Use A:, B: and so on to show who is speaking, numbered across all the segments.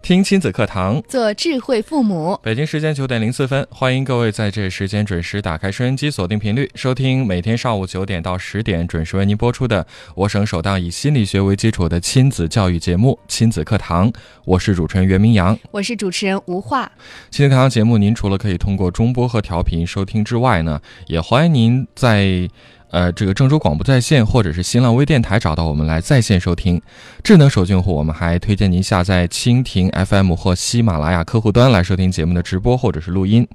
A: 听亲子课堂，
B: 做智慧父母。
A: 北京时间九点零四分，欢迎各位在这时间准时打开收音机，锁定频率，收听每天上午九点到十点准时为您播出的我省首档以心理学为基础的亲子教育节目《亲子课堂》，我是主持人袁明阳。
B: 我是主持人吴化。
A: 亲子课堂节目，您除了可以通过中波和调频收听之外呢，也欢迎您在。呃，这个郑州广播在线或者是新浪微电台找到我们来在线收听。智能手机用户，我们还推荐您下载蜻蜓 FM 或喜马拉雅客户端来收听节目的直播或者是录音。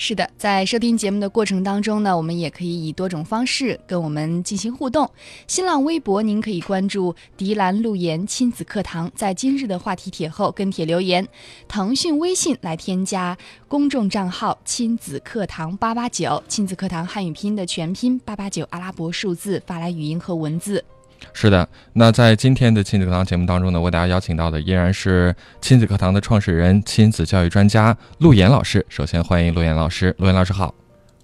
B: 是的，在收听节目的过程当中呢，我们也可以以多种方式跟我们进行互动。新浪微博您可以关注“迪兰路言亲子课堂”，在今日的话题帖后跟帖留言；腾讯微信来添加公众账号“亲子课堂八八九”，亲子课堂汉语拼音的全拼八八九阿拉伯数字发来语音和文字。
A: 是的，那在今天的亲子课堂节目当中呢，为大家邀请到的依然是亲子课堂的创始人、亲子教育专家陆岩老师。首先欢迎陆岩老师，陆岩老师好。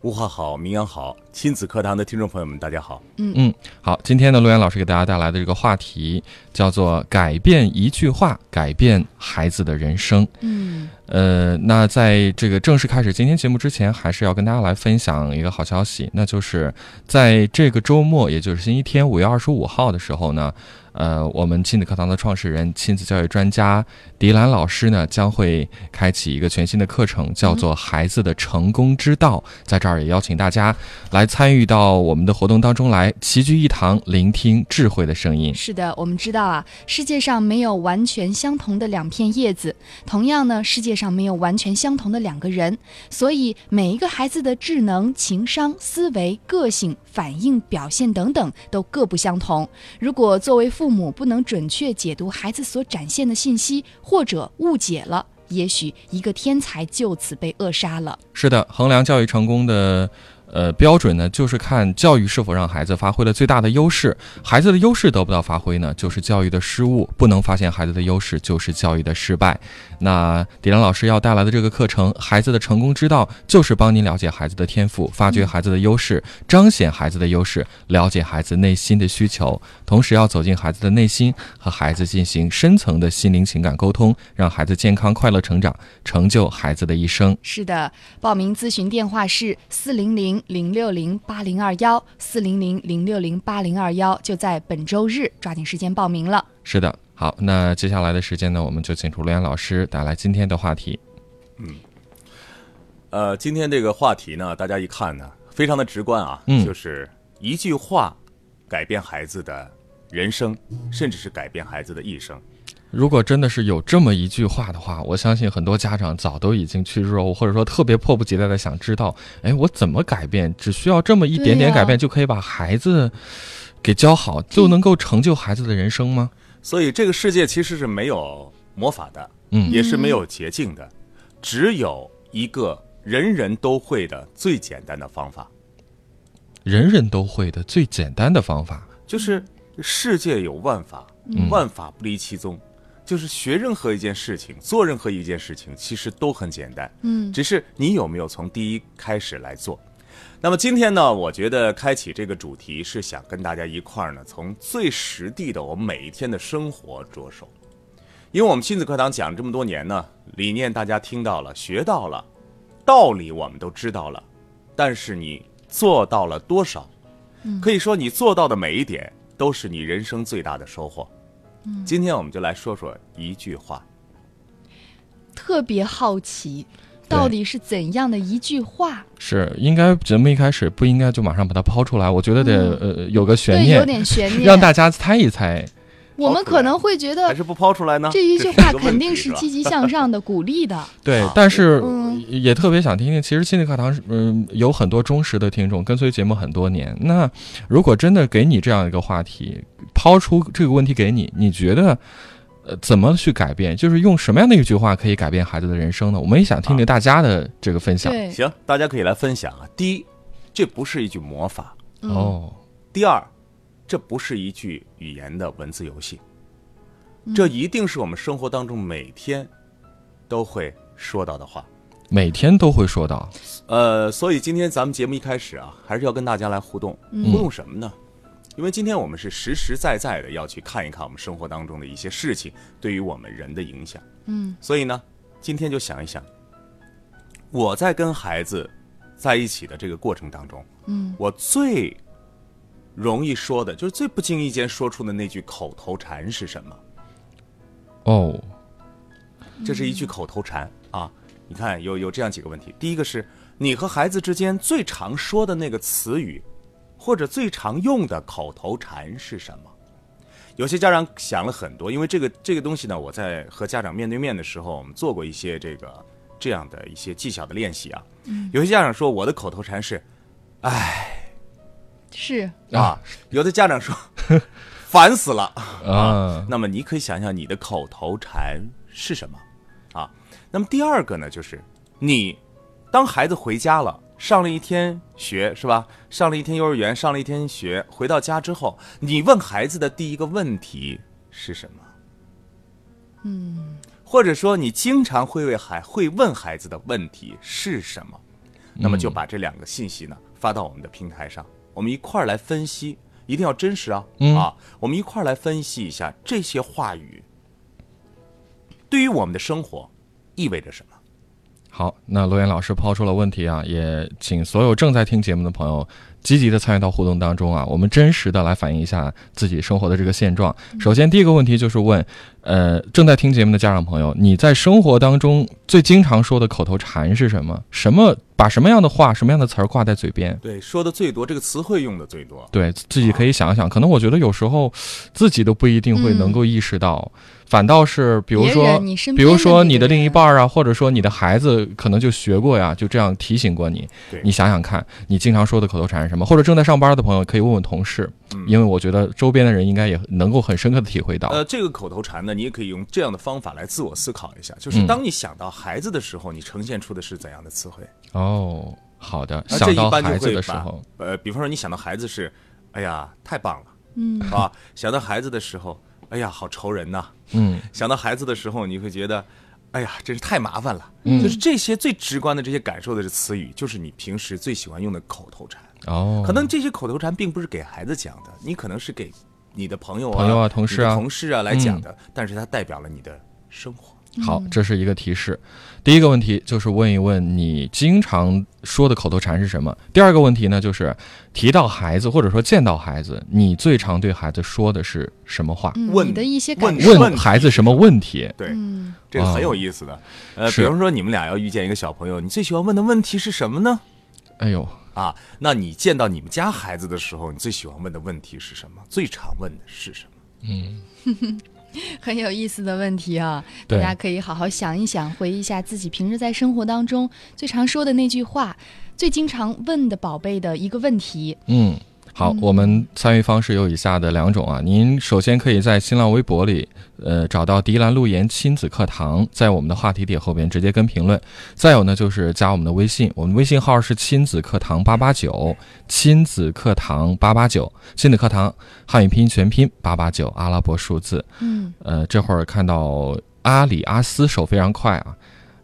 C: 吴浩好，明阳好，亲子课堂的听众朋友们，大家好。
A: 嗯，好，今天呢，陆岩老师给大家带来的这个话题叫做“改变一句话，改变孩子的人生”。
B: 嗯，
A: 呃，那在这个正式开始今天节目之前，还是要跟大家来分享一个好消息，那就是在这个周末，也就是星期天五月二十五号的时候呢，呃，我们亲子课堂的创始人、亲子教育专家迪兰老师呢，将会开启一个全新的课程，叫做《孩子的成功之道》。在这儿也邀请大家来参与到我们的活动当中来，齐聚一堂，聆听智慧的声音。
B: 是的，我们知道啊，世界上没有完全相同的两片叶子，同样呢，世界上没有完全相同的两个人，所以每一个孩子的智能、情商、思维、个性、反应、表现等等都各不相同。如果作为父母不能准确解读孩子所展现的信息，或者误解了，也许一个天才就此被扼杀了。
A: 是的，衡量教育成功的呃标准呢，就是看教育是否让孩子发挥了最大的优势。孩子的优势得不到发挥呢，就是教育的失误；不能发现孩子的优势，就是教育的失败。那迪兰老师要带来的这个课程《孩子的成功之道》，就是帮您了解孩子的天赋，发掘孩子的优势，彰显孩子的优势，了解孩子内心的需求，同时要走进孩子的内心，和孩子进行深层的心灵情感沟通，让孩子健康快乐成长，成就孩子的一生。
B: 是的，报名咨询电话是四零零零六零八零二幺，四零零零六零八零二幺，就在本周日，抓紧时间报名了。
A: 是的，好，那接下来的时间呢，我们就请出陆岩老师带来今天的话题。
C: 呃，今天这个话题呢，大家一看呢，非常的直观啊，
A: 嗯
C: 就是一句话改变孩子的人生，甚至是改变孩子的一生。
A: 如果真的是有这么一句话的话，我相信很多家长早都已经去肉，或者说特别迫不及待的想知道，哎，我怎么改变？只需要这么一点点
B: 对呀
A: 改变，就可以把孩子给教好，就能
B: 嗯
A: 够成就孩子的人生吗？
C: 所以这个世界其实是没有魔法的，
A: 嗯
C: 也是没有捷径的，只有一个人人都会的最简单的方法，
A: 人人都会的最简单的方法，
C: 就是世界有万法，万法不离其宗。就是学任何一件事情，做任何一件事情，其实都很简单。
B: 嗯，
C: 只是你有没有从第一开始来做？那么今天呢，我觉得开启这个主题是想跟大家一块儿呢，从最实地的我们每一天的生活着手，因为我们亲子课堂讲这么多年呢，理念大家听到了，学到了，道理我们都知道了，但是你做到了多少？
B: 嗯
C: 可以说你做到的每一点都是你人生最大的收获。
B: 嗯
C: 今天我们就来说说一句话，
B: 特别好奇，到底是怎样的一句话？
A: 是应该节目一开始不应该就马上把它抛出来，我觉得得、呃有个悬
B: 嗯对，
A: 念
B: 有，点悬念。
A: 让大家啊猜一猜。
B: 我们可能会觉
C: 还
B: 得
C: 是不抛出来呢？
B: 呃这一句
C: 是
B: 话
C: 个问
B: 肯
C: 题
B: 定
C: 是
B: 是
C: 吧
B: 积极向上的、鼓 励的。
A: 对
C: 啊，
A: 但是
B: 嗯
A: 也特别想听听，其实心理课堂是，嗯，有很多忠实的听众跟随节目很多年。那如果真的给你这样一个话题，抛出这个问题给你，你觉得呃，怎么去改变？就是用什么样的一句话可以改变孩子的人生呢？我们也想听听大家的这个分享。
B: 对，
C: 行，大家可以来分享啊。第一，这不是一句魔法；
B: 嗯
A: 哦，
C: 第二，这不是一句语言的文字游戏，这一定是我们生活当中每天都会说到的话。
A: 每天都会说到，
C: 呃，所以今天咱们节目一开始啊，还是要跟大家来互动，互动什么呢？因为今天我们是实实在在的要去看一看我们生活当中的一些事情对于我们人的影响，
B: 嗯，
C: 所以呢，今天就想一想，我在跟孩子在一起的这个过程当中，嗯，我最容易说的就是最不经意间说出的那句口头禅是什么？
A: 哦，
C: 这是一句口头禅啊。你看，有有这样几个问题。第一个是你和孩子之间最常说的那个词语，或者最常用的口头禅是什么？有些家长想了很多，因为这个这个东西呢，我在和家长面对面的时候，我们做过一些这个这样的一些技巧的练习啊。有些家长说我的口头禅是
B: 是，
C: 啊，有的家长说烦死了。
A: 啊，
C: 那么你可以想想你的口头禅是什么啊？那么第二个呢，就是你当孩子回家了，上了一天学是吧？上了一天幼儿园，上了一天学，回到家之后，你问孩子的第一个问题是什么？嗯，或者说你经常会为孩会问孩子的问题是什么？那么就把这两个信息呢发到我们的平台上，我们一块儿来分析，一定要真实啊、啊！我们一块儿来分析一下这些话语对于我们的生活意味着什么。
A: 好，那罗岩老师抛出了问题啊，也请所有正在听节目的朋友积极的参与到互动当中啊，我们真实的来反映一下自己生活的这个现状。
B: 嗯
A: 首先，第一个问题就是问，呃，正在听节目的家长朋友，你在生活当中最经常说的口头禅是什么？什么把什么样的话、什么样的词儿挂在嘴边？
C: 对，说的最多，这个词汇用的最多。
A: 对自己可以想一想，可能我觉得有时候自己都不一定会能够意识到，反倒是比如
B: 嗯别
A: 说
B: 人你身，
A: 比
B: 边的
A: 如说你的
B: 那个人
A: 另一半儿啊，或者说你的孩子，可能就学过呀，就这样提醒过你
C: 对。
A: 你想想看，你经常说的口头禅是什么？或者正在上班的朋友可以问问同事，因为我觉得周边的人应该也能够很深刻的体会到。
C: 嗯呃，这个口头禅呢，你也可以用这样的方法来自我思考一下，就是当你想到孩子的时候，你呈现出的是怎样的词汇？
A: 哦，好的，
C: 啊那这
A: 想
C: 一
A: 到
C: 般
A: 孩
C: 就
A: 子
C: 会
A: 的时
C: 把
A: 候，
C: 呃，比方说你想到孩子是，哎呀，太棒了，嗯，啊，想到孩子的时候，哎呀，好愁人呐、
A: 嗯，
C: 想到孩子的时候，你会觉得，哎呀，真是太麻烦了。嗯，就是这些最直观的这些感受的这词语，就是你平时最喜欢用的口头禅。
A: 哦，
C: 可能这些口头禅并不是给孩子讲的，你可能是给你的朋友啊、
A: 朋友啊同事啊嗯
C: 你的同事啊来讲的，但是它代表了你的生活。
A: 好，
B: 嗯
A: 这是一个提示。第一个问题就是问一问你经常说的口头禅是什么。第二个问题呢，就是提到孩子或者说见到孩子，你最常对孩子说的是什么话？
B: 嗯
C: 问
B: 你的一些
C: 问
B: 感受，
A: 问孩子什么问题？
C: 对，
B: 嗯，
C: 这个很
A: 哦
C: 有意思的。呃，
A: 是
C: 比方说你们俩要遇见一个小朋友，你最喜欢问的问题是什么呢？
A: 哎呦，
C: 啊，那你见到你们家孩子的时候，你最喜欢问的问题是什么？最常问的是什么？
B: 很有意思的问题啊，大
A: 对
B: 家可以好好想一想，回忆一下自己平时在生活当中最常说的那句话，最经常问的宝贝的一个问题。
A: 嗯，好，我们参与方式有以下的两种啊。您首先可以在新浪微博里，呃，找到迪兰路言亲子课堂，在我们的话题帖后边直接跟评论。再有呢，就是加我们的微信，我们微信号是亲子课堂八八九，亲子课堂八八九，亲子课堂汉语拼音全拼八八九，阿拉伯数字。
B: 嗯，
A: 呃，这会儿看到阿里阿斯手非常快啊，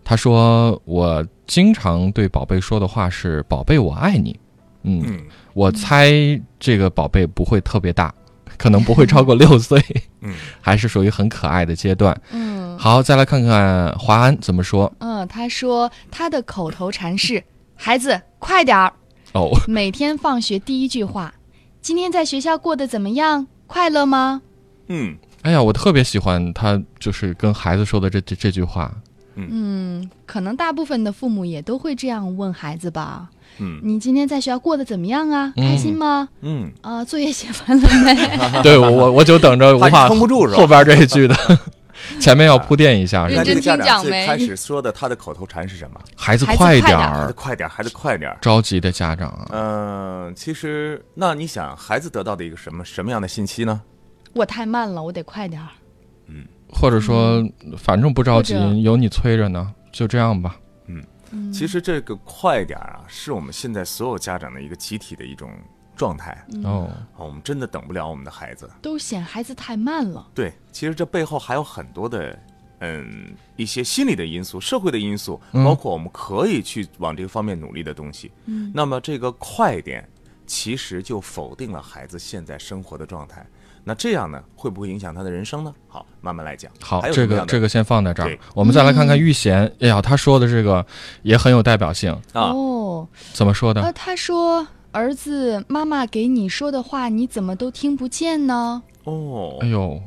A: 他说我经常对宝贝说的话是“宝贝，我爱你”。嗯，
C: 嗯
A: 我猜这个宝贝不会特别大， 可能 不会超过六岁，
C: 嗯，
A: 还是属于很可爱的阶段。
B: 嗯
A: 好，再来看看华安怎么说
B: 嗯，他说他的口头禅是“孩子快点儿
A: 哦。”，
B: 每天放学第一句话：“今天在学校过得怎么样？快乐吗
C: 嗯，
A: 哎呀，我特别喜欢他，就是跟孩子说的这这这句 话。？”
B: 可能大部分的父母也都会这样问孩子吧。
C: 嗯
B: 你今天在学校过得怎么样啊？
A: 嗯
B: 开心吗？
C: 嗯，
B: 啊、作业写完了 没？
A: 对我我我就等着无
C: 怕你
A: 法
C: 撑不嗯住是吧
A: 后边这一句的， 前面要铺垫一下。是吧
C: 那这个
B: 认
C: 家
B: 真听
C: 长
B: 讲
C: 最
B: 没
C: 开始说的他的口头禅是什么？
A: 孩子
B: 孩子
A: 快
B: 快点
C: 孩子
A: 儿，
C: 快点儿，孩子快点儿。
A: 着急的家长啊，
C: 嗯、其实那你想，孩子得到的一个什么什么样的信息呢？
B: 我太慢了，我得快点儿。
A: 或者说反正不着急
B: 嗯或者，
A: 有你催着呢，就这样吧。
B: 嗯
C: 其实这个快点儿啊，是我们现在所有家长的一个集体的一种状态啊，
B: 嗯
A: 哦，
C: 我们真的等不了我们的孩子。
B: 都嫌孩子太慢了，
C: 对，其实这背后还有很多的，嗯，一些心理的因素、社会的因素，
A: 嗯
C: 包括我们可以去往这个方面努力的东西。
B: 嗯，
C: 那么这个快点，其实就否定了孩子现在生活的状态。那这样呢，会不会影响他的人生呢？好，慢慢来讲。
A: 好
C: 还，有
A: 这
C: 什么
A: 个
C: 样的
A: 这个先放在这儿
C: 对，
A: 我们再来看
B: 嗯
A: 看玉贤。哎呀，他说的这个也很有代表性，
C: 啊，
B: 哦，
A: 怎么说
B: 呃，
A: 的？
B: 他说儿子，妈妈给你说的话你怎么都听不见呢？
C: 哦
A: 哎，呦，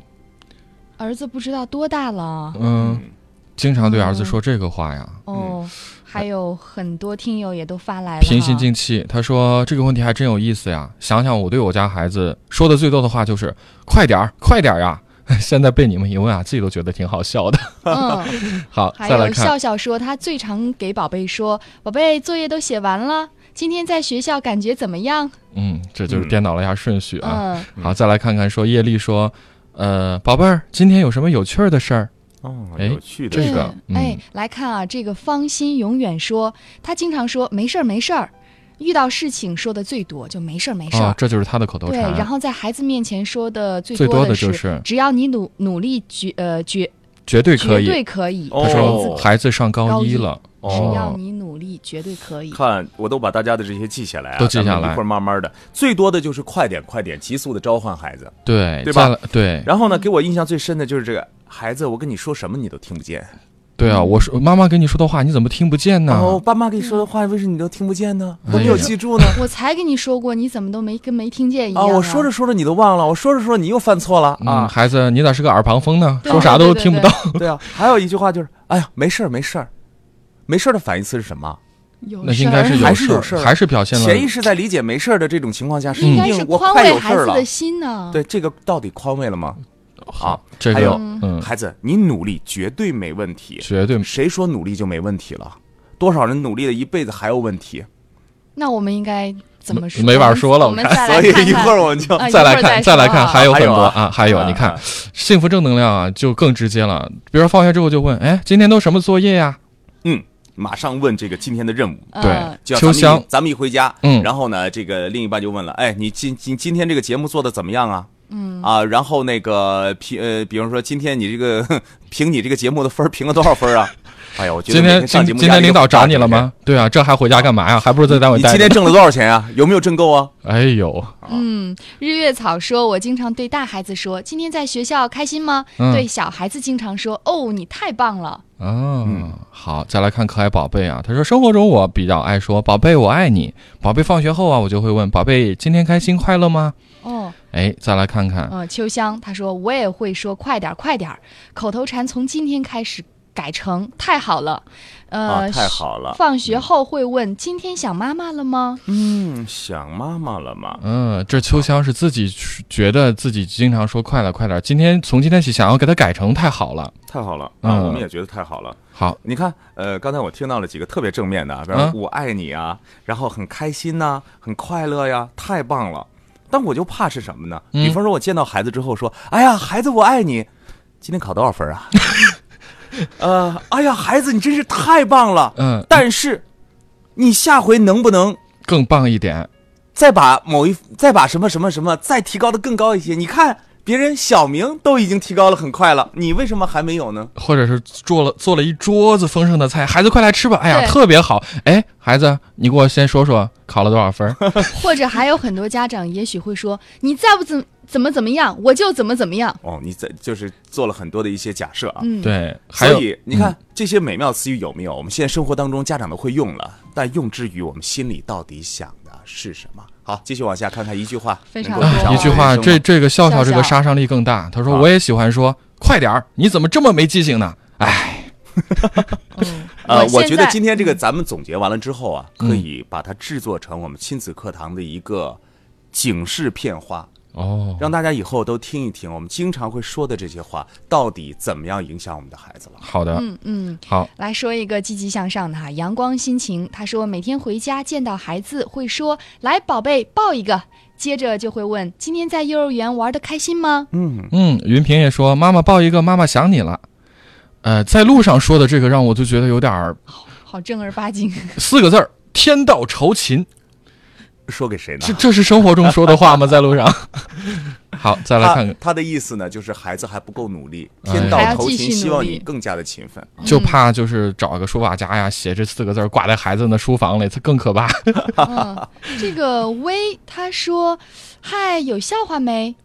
B: 儿子不知道多大了。
A: 嗯，经常对儿子说这个话呀，
B: 哦，还有很多听友也都发来了哈，
A: 平心静气。他说这个问题还真有意思呀，想想我对我家孩子说的最多的话就是“快点儿，快点儿呀”。 现在被你们一问啊，自己都觉得挺好笑的。
B: 嗯，
A: 好，
B: 还
A: 再来
B: 有
A: 看
B: 笑笑说，他最常给宝贝说：“宝贝，作业都写完了，今天在学校感觉怎么样
A: 嗯，这就是颠倒了一下顺序？”啊。
B: 嗯，
A: 好，再来看看说叶丽说，呃，宝贝儿，今天有什么有趣儿的事儿？
C: 哦，
A: 哎
C: 有趣的
A: 这
C: 是
A: 个嗯
C: 吧
B: 对哎，来看啊，这个芳心永远说，他经常说没事儿没事儿，遇到事情说的最多，就没事儿没事
A: 啊
B: 儿，。
A: 这就是他的口头
B: 对，
A: 禅。
B: 然后在孩子面前说的最
A: 最多
B: 的
A: 的就是
B: 只要你努努力，绝呃绝
A: 绝对可
B: 绝
A: 以。
B: 对可以。
C: 哦
A: 他说
C: 哦
A: 孩子上高一了，
B: 只要
C: 哦。
B: 你努力，绝对可以。
C: 看，我都把大家的这些记下来啊，
A: 都记下
C: 咱们
A: 来
C: 一会儿慢慢的，最多的就是快点，快点，急速的召唤孩子。
A: 对，
C: 对吧
A: 再来对
C: 然后呢，给我印象最深的就是这个孩子，我跟你说什么你都听不见。
A: 对啊！我说妈妈跟你说的话，你怎么听不见呢
C: 然？后爸妈跟你说的话，为什么你都听不见呢？
A: 哎
C: 都没有
A: 呀
C: 记住呢？
B: 我才跟你说过，你怎么都没跟没听见一样、
C: 啊，我说着，说着你都忘了，我说着说着你又犯错了
A: 嗯，
C: 啊。
A: 孩子，你咋是个耳旁风呢？
B: 对
A: 说啥都听不到。
C: 对啊，还有一句话就是，哎呀，没事儿，没事儿，没事儿的反义词是什么？
B: 有
A: 那
B: 事
A: 应该
B: 儿
A: 是
C: 还
A: 有嗯
C: 是
A: 事
C: 有
A: 儿，
C: 事儿
A: 还是表现了嗯
C: 潜意识在理解没事儿的这种情况下，是
B: 应
C: 一
B: 该是
C: 定我
B: 宽
C: 快
B: 慰
C: 有事
B: 孩
C: 儿
B: 子
C: 了
B: 的。心呢。
C: 对，这个到底宽慰了吗？好，
A: 这
C: 还
A: 个
C: 有
A: 嗯，
C: 孩子，你努力绝对没问题。
A: 绝对
C: 谁说努力就没问题了？多少人努力了一辈子还有问题？
B: 那我们应该怎么说？
A: 没法说了
B: 我们再
C: 所
B: 来看看。
C: 以一会儿我们就
B: 啊
A: 再来
B: 一会儿
A: 看，再来
B: 说啊
A: 看，还有
C: 还
A: 很
C: 有
A: 多
C: 啊
A: 啊，还有你看，幸福正能量啊，就更直接了。比如说放学之后就问，哎，今天都什么作业呀？
C: 马上问这个今天的任务。
B: 嗯
C: 就像咱们一
A: 秋香
C: 咱们一回家，
A: 嗯
C: 然后呢，这个另一半就问了，哎，你今今今天这个节目做的怎么样啊？嗯啊，然后那个评呃，比如说今天你这个 评你这个节目的分儿评了多少分儿啊？ 哎呀，我觉得
A: 今
C: 每
A: 天
C: 上
A: 今
C: 节目
A: 今
C: 压
A: 天
C: 力
A: 领
C: 都
A: 导
C: 很大
A: 找你了？吗？对啊，这还回家干嘛呀？还不如在单
C: 每
A: 位
C: 天
A: 待
C: 你今
A: 着
C: 天
A: 呢。
C: 挣了多少钱啊？有没有挣够啊？
A: 哎呦，
B: 嗯，日月草说，我经常对大孩子说：“今天在学校开心吗？”
A: 嗯
B: 对小孩子经常说：“哦，你太棒了。
A: 啊，
C: 嗯
A: 好，再来看可爱宝贝啊。他说，生活中我比较爱说“宝贝，我爱你”。宝贝放学后啊，我就会问“宝贝，今天开心快乐吗”
B: 哦，？
A: 哎，再来看看，
B: 呃，秋香她说我也会说快点儿，快点儿，口头禅从今天开始改成太好了，呃，
C: 啊，太好了，
B: 放学后会问今天想妈妈了吗？
C: 嗯，想妈妈了吗？
A: 嗯，这秋香是自己觉得自己经常说“快点，快点”，今天从今天起想要给它改成“太好了
C: 太好了啊，
A: 嗯
C: 我们也觉得太好了。”。
A: 好，
C: 你看，呃，刚才我听到了几个特别正面的啊，比方
A: 啊
C: 说“我爱你”啊，然后很开心呐、很快乐呀，太棒了。但我就怕是什么呢？
A: 嗯
C: 比方说，我见到孩子之后说：“哎呀，孩子，我爱你。”今天考多少分 啊？呃，哎呀，孩子，你真是太棒了。
A: 嗯，
C: 但是，你下回能不能
A: 更棒一点。
C: 再把某一再把什么什么什么再提高的更高一些？你看，别人小明都已经提高了很快了，你为什么还没有呢？
A: 或者是做了做了一桌子丰盛的菜，孩子快来吃吧！哎呀，
B: 对
A: 特别好！哎，孩子，你给我先说说考了多少分
C: 嗯
A: 儿？
B: 或者还有很多家长也许会说：“你再不怎怎么怎么样，我就怎么怎么样。
C: 哦，你在就是做了很多的一些假设啊。”
B: 嗯，
A: 对，还有嗯
C: 所以你看这些美妙词语有没有？我们现在生活当中家长都会用了，但用之于我们心里到底想的是什么？好，继续往下看看一句话，
B: 非常
C: 能够影响
B: 多
C: 我
A: 啊一
C: 们
A: 句
C: 的
A: 话，
C: 人生
A: 这
C: 吗
A: 这个笑笑这个
B: 笑笑
A: 杀伤力更大。他说
C: 啊
A: 我也喜欢说，快点儿，你怎么这么没记性呢？哎，
B: 嗯，
C: 呃，我
B: 现
C: 觉得
B: 在嗯
C: 今天这个咱们总结完了之后啊，
A: 嗯
C: 可以把它制作成我们亲子课堂的一个警示片花，
A: 哦，
C: 让大家以后都听一听，我们经常会说的这些话到底怎么样影响我们的孩子了。
A: 好的，
B: 嗯嗯，
A: 好，
B: 来说一个积极向上的哈，阳光心情。他说每天回家见到孩子会说：“来，宝贝，抱一个。”接着就会问：今天在幼儿园玩的开心吗？
C: 嗯，
A: 嗯，云平也说妈妈抱一个，妈妈想你了。呃，在路上说的这个让我就觉得有点儿
B: 好正儿八经，
A: 四个字儿天道酬勤，
C: 说给谁呢？
A: 这这是生活中说的话吗？在路上。 好，再来看看
C: 他，他的意思呢，就是孩子还不够努力，
A: 哎
C: 天道
B: 还要
C: 酬
B: 继
C: 勤，
B: 续
C: 希
B: 努
C: 望
B: 力
C: 你更加的勤奋。
A: 就怕就是找个书法家呀，写这四个字儿挂在孩子的书房里，这更可怕。
B: 嗯，这个薇她说：“嗨，有笑话没？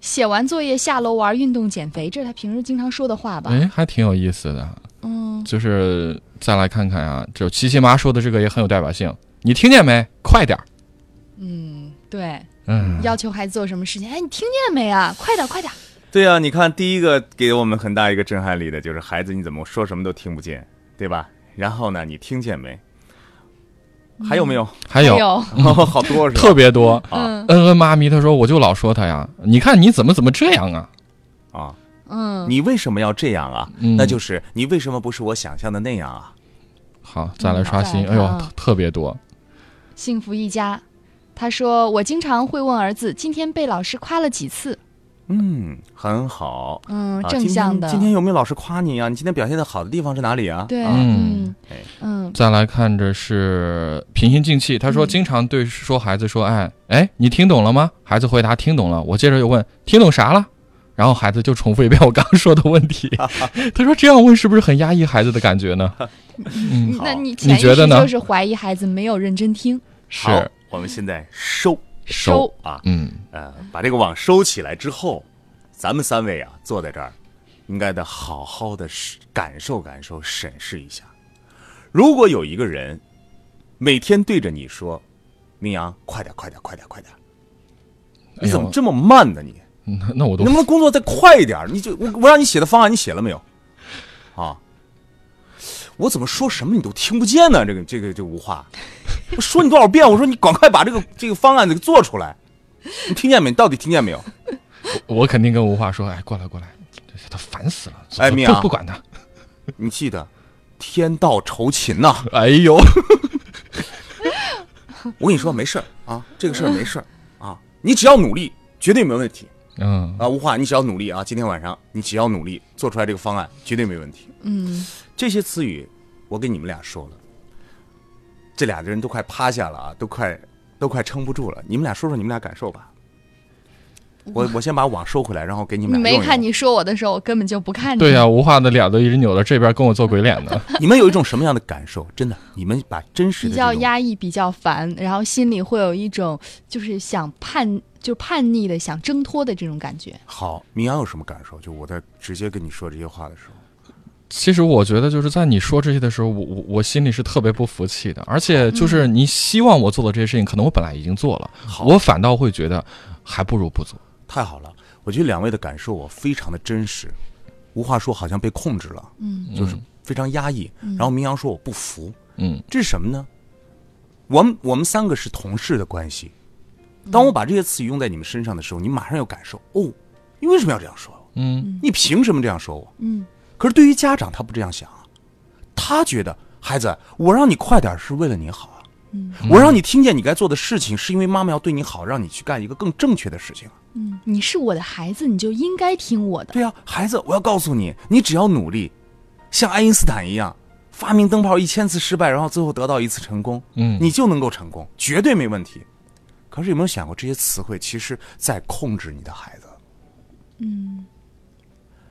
B: 写完作业下楼玩运动减肥，这是她平时经常说的话吧？
A: 哎，还挺有意思的。
B: 嗯，
A: 就是再来看看啊，就琪琪妈说的这个也很有代表性。你听见没？快点儿。
B: 对，
A: 嗯，
B: 要求孩子做什么事情？哎，你听见没啊？快点，快点！
C: 对啊，你看第一个给我们很大一个震撼力的就是孩子，你怎么说什么都听不见，对吧？然后呢，你听见没？还有没有？
A: 还有
B: 有，
C: 哦， 好多是吧？
A: 嗯特别多。
C: 啊
A: 恩恩妈咪她说，我就老说她呀，你看你怎么怎么这样啊？
C: 啊！
B: 嗯，
C: 你为什么要这样啊？
A: 嗯
C: 那就是你为什么不是我想象的那样啊？
A: 好，再来刷新。
B: 嗯
A: 哎呦，
B: 嗯
A: 特特别多。
B: 幸福一家。”她说：“我经常会问儿子，今天被老师夸了几次？
C: 嗯，很好。
B: 嗯，
C: 啊
B: 正向的。
C: 今天。今天有没有老师夸你啊？你今天表现的好的地方是哪里啊？
B: 对，
C: 啊
B: 嗯
C: 哎
B: 嗯，
A: 再来看着是平心静气，她说
B: 嗯
A: 经常对说孩子说，哎哎，你听懂了吗？孩子回答听懂了。我接着又问听懂啥了，然后孩子就重复一遍我刚刚说的问 题。她说这样问是不是很压抑孩子的感觉呢？嗯，
B: 那你
A: 你
B: 潜意
A: 觉得
B: 识
A: 呢
B: 就是怀疑孩子没有认真听，
A: 是，
C: 好，我们现在收
A: 收
C: 啊，
A: 嗯，
C: 呃，把这个网收起来之后，咱们三位啊坐在这儿，应该得好好的感受感受，审视一下。如果有一个人每天对着你说：“明阳，快点，快点，快点，快点，你怎么
A: 哎呦
C: 这么慢呢？你
A: 那那我都
C: 能不能工作再快一点？你就我我让你写的方案，你写了没有？啊，我怎么说什么你都听不见呢？这个这个这个无话，我说你多少遍？我说你赶快把这个这个方案给做出来，你听见没？你到底听见没有？
A: 我肯定跟吴华说，哎，过来过来，这他烦死了，
C: 哎
A: 不
C: 米娅
A: 不管他，
C: 你记得，天道酬勤呐、
A: 哎呦，
C: 我跟你说没事儿啊，这个事儿没事儿啊，你只要努力，绝对没问题
A: 嗯，
C: 啊。无话，你只要努力啊，今天晚上你只要努力做出来这个方案，绝对没问题。
B: 嗯，
C: 这些词语，我给你们俩说了，这俩人都快趴下了啊，都快都快撑不住了。你们俩说说你们俩感受吧。我我先把网收回来，然后给你
B: 嗯你
C: 们俩
B: 没
C: 用一
B: 看
C: 用
B: 你说我的时候，我根本就不看你。
A: 对啊呀、吴华的脸都一直扭到这边跟我做鬼脸呢，
C: 你们有一种什么样的感受？真的，你们把真实
B: 比
C: 的
B: 较
C: 这种
B: 压抑，比较烦，然后心里会有一种就是想叛，就叛逆的、想挣脱的这种感觉。
C: 好，明阳有什么感受？就我在直接跟你说这些话的时候。
A: 其实我觉得就是在你说这些的时候，我我我心里是特别不服气的，而且就是你希望我做的这些事情，可能我本来已经做了，我反倒会觉得还不如不做。
C: 太好了，我觉得两位的感受我非常的真实，无话说好像被控制了，嗯，就是非常压抑。然后明阳说我不服，
A: 嗯，
C: 这是什么呢？我们我们三个是同事的关系，当我把这些词语用在你们身上的时候，你马上有感受哦，你为什么要这样说我？
A: 嗯，
C: 你凭什么这样说我？
B: 嗯，
C: 可是对于家长他不这样想啊，他觉得孩子，我让你快点是为了你好啊。我让你听见你该做的事情，是因为妈妈要对你好，让你去干一个更正确的事情啊。
B: 嗯，你是我的孩子，你就应该听我的。
C: 对呀、孩子，我要告诉你，你只要努力，像爱因斯坦一样，发明灯泡一千次失败，然后最后得到一次成功，
A: 嗯
C: 你就能够成功，绝对没问题。可是有没有想过，这些词汇其实在控制你的孩子？嗯，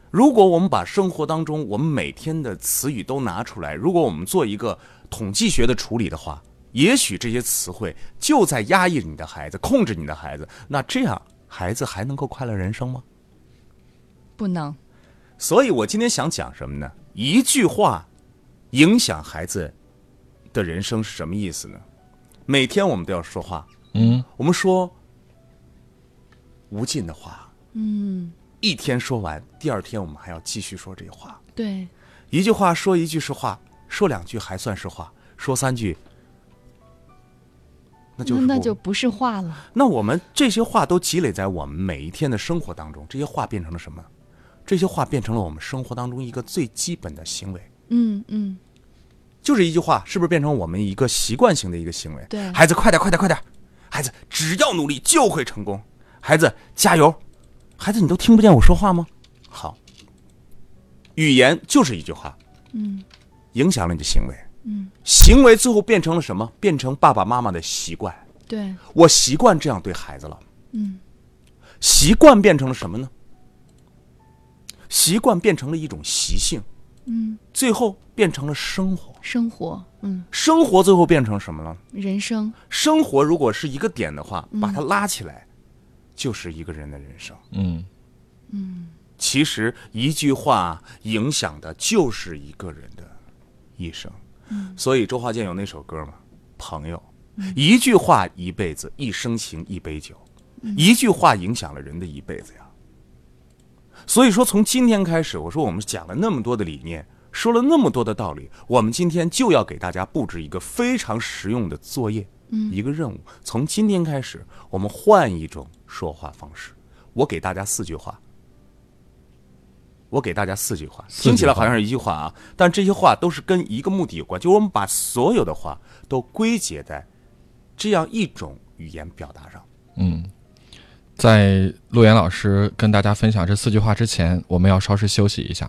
C: 如果我们把生活当中我们每天的词语都拿出来，如果我们做一个统计学的处理的话，也许这些词汇就在压抑你的孩子，控制你的孩子。那这样，孩子还能够快乐人生吗？
B: 不能，
C: 所以我今天想讲什么呢？一句话影响孩子的人生是什么意思呢？每天我们都要说话，
A: 嗯，
C: 我们说无尽的话，嗯，一天说完，第二天我们还要继续说这话。
B: 对，
C: 一句话说一句是话，说两句还算是话，说三句那就是
B: 那
C: 不
B: 就不是话了。
C: 那我们这些话都积累在我们每一天的生活当中，这些话变成了什么？这些话变成了我们生活当中一个最基本的行为，
B: 嗯嗯，
C: 就是一句话，是不是变成我们一个习惯性的一个行为？
B: 对
C: 孩子，快点，快点，快点！孩子，只要努力就会成功。孩子，加油！孩子，你都听不见我说话吗？好，语言就是一句话，
B: 嗯，
C: 影响了你的行为，嗯，行为最后变成了什么？变成爸爸妈妈的习惯。
B: 对，
C: 我习惯这样对孩子了，
B: 嗯，
C: 习惯变成了什么呢？习惯变成了一种习性，
B: 嗯，
C: 最后变成了生活。
B: 生活，嗯，
C: 生活最后变成什么了？
B: 人生，
C: 生活如果是一个点的话，
B: 嗯
C: 把它拉起来，就是一个人的人生。
A: 嗯，
C: 其实一句话影响的就是一个人的一生。
B: 嗯
C: 所以周华健有那首歌嘛，《朋友》，一句话一辈子，一生情一杯酒，一句话影响了人的一辈子呀。所以说，从今天开始，我说我们讲了那么多的理念，说了那么多的道理，我们今天就要给大家布置一个非常实用的作业，
A: 嗯
C: 一个任务。从今天开始，我们换一种说话方式。我给大家四句话，我给大家四句话，
A: 句话
C: 听起来好像是一句话啊，但这些话都是跟一个目的有关，就是我们把所有的话都归结在这样一种语言表达上。
A: 在陆岩老师跟大家分享这四句话之前，我们要稍事休息一下。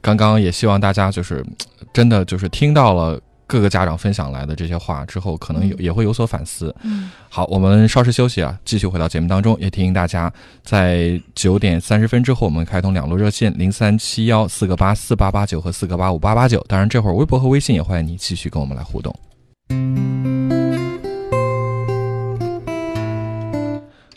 A: 刚刚也希望大家就是呃真的就是听到了各个家长分享来的这些话之后，可能有也会有所反思。
B: 嗯，
A: 好，我们稍事休息啊，继续回到节目当中。也提醒大家，在九点三十分之后，我们开通两路热线零三七幺四个八四八八九和四个八五八八九。当然，这会儿微博和微信也欢迎你继续跟我们来互动。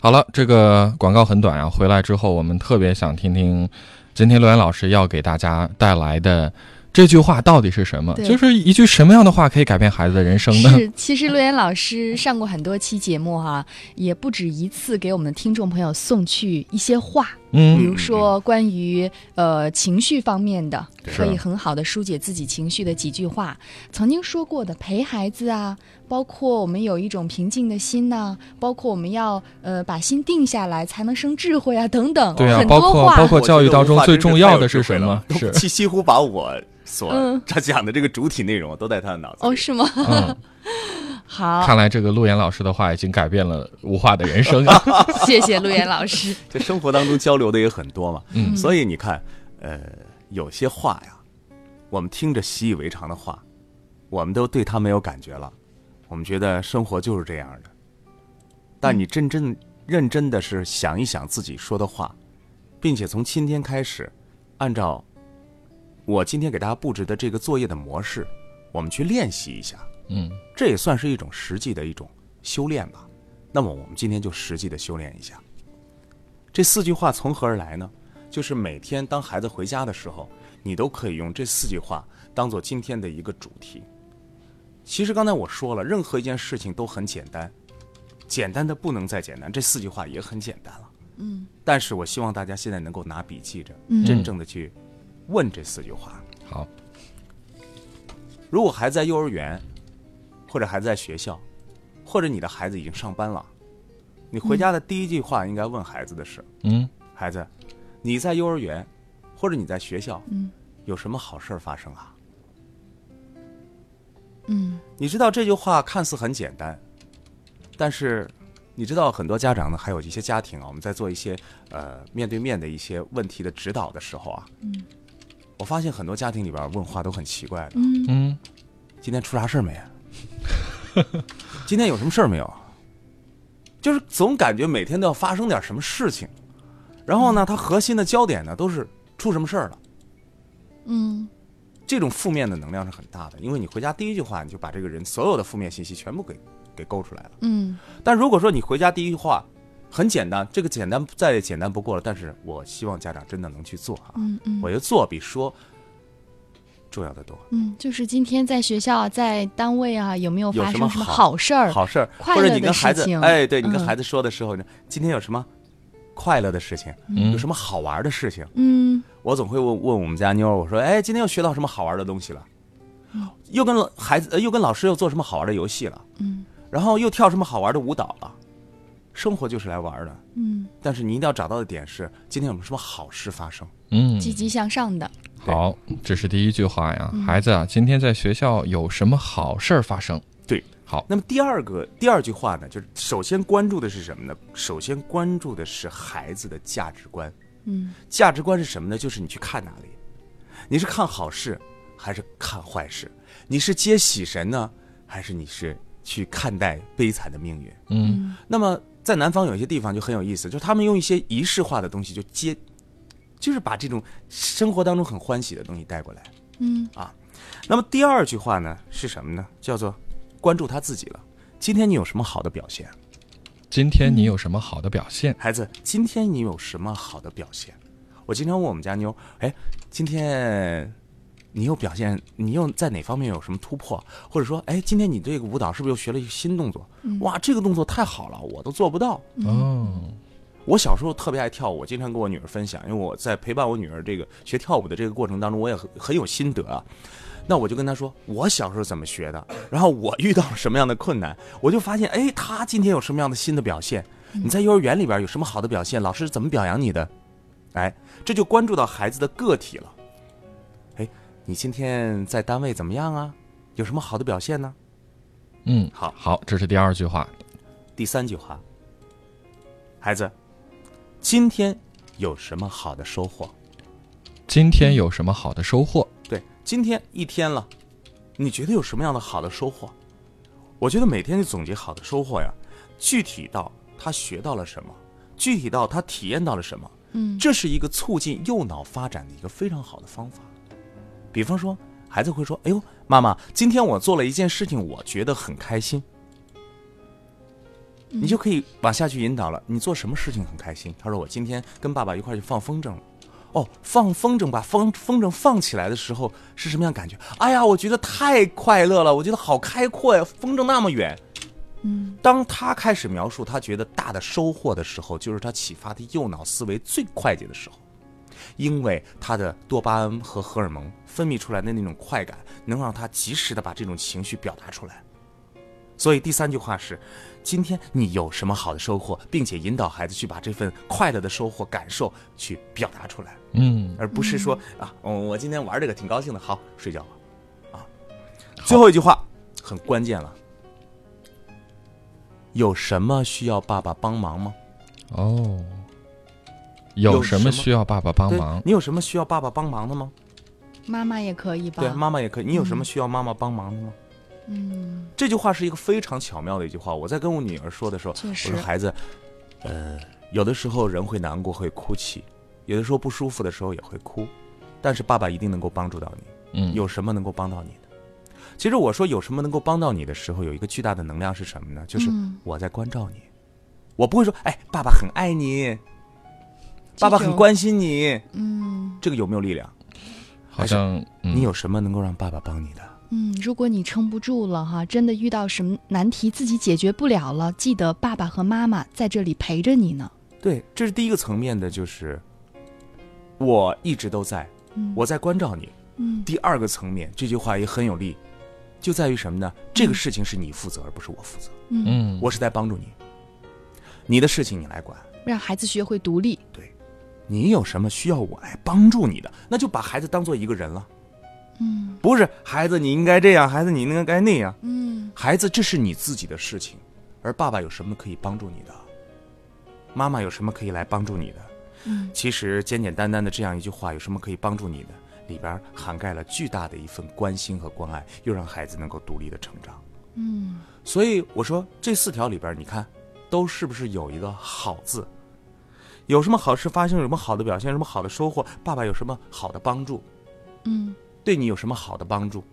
A: 好了，这个广告很短啊。回来之后，我们特别想听听今天罗源老师要给大家带来的这句话到底是什么？
B: 对
A: 就是一句什么样的话可以改变孩子的人生呢？
B: 是，其实陆岩老师上过很多期节目哈、也不止一次给我们的听众朋友送去一些话，
A: 嗯
B: 比如说关于呃情绪方面的，
C: 对
B: 可以很好的疏解自己情绪的几句话，曾经说过的陪孩子啊，包括我们有一种平静的心呐、包括我们要呃把心定下来才能生智慧啊，等
C: 哦
B: 等，
A: 对啊
B: 很，
A: 包
B: 多
A: 括
B: 话，
A: 包括教育当中最重要的
C: 是
A: 是什么？ 是
C: 几几乎把我所
B: 嗯
C: 他讲的这个主体内容都在他的脑子里。
B: 哦，是吗？
A: 嗯，
B: 好，
A: 看来这个陆岩老师的话已经改变了吴化的 人生啊。
B: 谢谢陆岩老师，
C: 这生活当中交流的也很多嘛，
A: 嗯
C: 所以你看，呃，有些话呀，我们听着习以为常的话，我们都对它没有感觉了，我们觉得生活就是这样的。但你真正认真的是想一想自己说的话，并且从今天开始，按照我今天给大家布置的这个作业的模式，我们去练习一下。
A: 嗯，
C: 这也算是一种实际的一种修炼吧。那么我们今天就实际的修炼一下。这四句话从何而来呢？就是每天当孩子回家的时候，你都可以用这四句话当做今天的一个主题。其实刚才我说了，任何一件事情都很简单，简单的不能再简单。这四句话也很简单了。嗯。但是我希望大家现在能够拿笔记着，真正的去问这四句话。
A: 好，
C: 如果孩子在幼儿园，或者孩子在学校，或者你的孩子已经上班了，你回家的第一句话应该问孩子的是：
A: 嗯
C: 孩子，你在幼儿园，或者你在学校，有什么好事儿发生啊？
B: 嗯
C: 你知道这句话看似很简单，但是你知道很多家长呢，还有一些家庭啊，我们在做一些呃面对面的一些问题的指导的时候啊，我发现很多家庭里边问话都很奇怪的。
A: 嗯，
C: 今天出啥事儿没？啊 今天有什么事儿没有？啊就是总感觉每天都要发生点什么事情，然后呢，它核心的焦点呢都是出什么事儿了。
B: 嗯，
C: 这种负面的能量是很大的，因为你回家第一句话你就把这个人所有的负面信息全部给给勾出来了。
B: 嗯，
C: 但如果说你回家第一句话很简单，这个简单再简单不过了，但是我希望家长真的能去做啊，
B: 嗯嗯
C: 我觉得做比说重要的多。
B: 嗯，就是今天在学校、在单位啊，有没有
C: 有
B: 发
C: 什
B: 生
C: 么
B: 什么
C: 好
B: 好事儿？
C: 好事儿，
B: 快
C: 或者
B: 乐
C: 你
B: 的
C: 跟孩
B: 事
C: 子，
B: 情
C: 哎，对你跟
B: 嗯
C: 孩子说的时候呢，今天有什么快乐的事情，
A: 嗯
C: 有什么好玩的事情，
B: 嗯
C: 我总会问问我们家妞儿，我说，哎，今天又学到什么好玩的东西了，又跟老孩子，呃又跟老师又做什么好玩的游戏了，
B: 嗯
C: 然后又跳什么好玩的舞蹈了，生活就是来玩儿的，
B: 嗯，
C: 但是你一定要找到的点是，今天有什么好事发生，
A: 嗯，
B: 积极嗯向上的，
A: 好，这是第一句话呀，孩子啊，今天在学校有什么好事儿发生？
C: 对，
A: 好，
C: 那么第二个第二句话呢，就是首先关注的是什么呢？首先关注的是孩子的价值观。
B: 嗯，
C: 价值观是什么呢？就是你去看哪里，你是看好事还是看坏事？你是接喜神呢，还是你是去看待悲惨的命运？
A: 嗯
C: 那么在南方有一些地方就很有意思，就是他们用一些仪式化的东西就接，就是把这种生活当中很欢喜的东西带过来。
B: 嗯
C: 那么第二句话呢是什么呢？叫做关注他自己了。今天你有什么好的表现？
A: 今天
B: 嗯
A: 你有什么好的表现？
C: 孩子，今天你有什么好的表现？我经常问我们家妞，哎，今天你又表现，你又在哪方面有什么突破？或者说，哎，今天你这个舞蹈是不是又学了一个新动作？哇，这个动作太好了，我都做不到。
B: 嗯
A: 哦，
C: 我小时候特别爱跳舞，我经常跟我女儿分享，因为我在陪伴我女儿这个学跳舞的这个过程当中，我也很很有心得啊。那我就跟她说，我小时候怎么学的，然后我遇到了什么样的困难，我就发现，哎，她今天有什么样的新的表现？你在幼儿园里边有什么好的表现？老师怎么表扬你的？哎，这就关注到孩子的个体了。哎，你今天在单位怎么样啊？有什么好的表现呢？
A: 嗯，
C: 好
A: 好，这是第二句话。
C: 第三句话，孩子，今天有什么好的收获？
A: 今
B: 嗯
A: 天有什么好的收获？
C: 对，今天一天了，你觉得有什么样的好的收获？我觉得每天就总结好的收获呀，具体到他学到了什么，具体到他体验到了什么，
B: 嗯
C: 这是一个促进右脑发展的一个非常好的方法。比方说，孩子会说：“哎呦，妈妈，今天我做了一件事情，我觉得很开心。”你就可以往下去引导了。你做什么事情很开心？他说：“我今天跟爸爸一块儿去放风筝了。”哦，放风筝，把风风筝放起来的时候是什么样感觉？哎呀，我觉得太快乐了，我觉得好开阔呀，风筝那么远。
B: 嗯
C: 当他开始描述他觉得大的收获的时候，就是他启发他右脑思维最快捷的时候，因为他的多巴胺和荷尔蒙分泌出来的那种快感，能让他及时的把这种情绪表达出来。所以第三句话是：今天你有什么好的收获，并且引导孩子去把这份快乐的收获感受去表达出来。
A: 嗯，
C: 而不是说、啊，我我今天玩这个挺高兴的，好睡觉吧，啊，最后一句话很关键了，有什么需要爸爸帮忙吗？
A: 哦，
C: 有
A: 有
C: 什
A: 什
C: 么
A: 么需要爸爸帮
C: 对
A: 忙，？
C: 你有什么需要爸爸帮忙的吗？
B: 妈妈也可以吧？
C: 对，妈妈也可以。你有什么需要妈妈帮忙的吗？
B: 嗯，
C: 这句话是一个非常巧妙的一句话。我在跟我女儿说的时候，
B: 确
C: 我
B: 实
C: 说孩子，呃，有的时候人会难过，会哭泣，有的时候不舒服的时候也会哭，但是爸爸一定能够帮助到你。
A: 嗯，
C: 有什么能够帮到你的？其实我说有什么能够帮到你的时候，有一个巨大的能量是什么呢？就是
B: 嗯
C: 我在关照你，我不会说哎，爸爸很爱你，爸爸
B: 这
C: 很
B: 种
C: 关心你，
B: 嗯
C: 这个有没有力量？
A: 好像
C: 你
A: 嗯，
C: 有什么能够让爸爸帮你的？
B: 嗯，如果你撑不住了哈，真的遇到什么难题自己解决不了了，记得爸爸和妈妈在这里陪着你呢。
C: 对，这是第一个层面的，就是我一直都在，我在关照你。
B: 嗯
C: 第二个层面，这句话也很有力，就在于什么呢？这个事情是你负责，而不是我负责，
B: 嗯，
A: 嗯，
C: 我是在帮助你，你的事情你来管。
B: 让孩子学会独立。
C: 你有什么需要我来帮助你的，那就把孩子当做一个人了。
B: 嗯
C: 不是孩子，你应该这样，孩子你应该那样，
B: 嗯
C: 孩子这是你自己的事情，而爸爸有什么可以帮助你的，妈妈有什么可以来帮助你的。
B: 嗯
C: 其实简简单单的这样一句话，有什么可以帮助你的，里边涵盖了巨大的一份关心和关爱，又让孩子能够独立的成长。
B: 嗯
C: 所以我说这四条里边，你看，都是不是有一个“好”字？有什么好事发生？有什么好的表现？有什么好的收获？爸爸有什么好的帮助？
B: 嗯
C: 对你有什么好的帮助？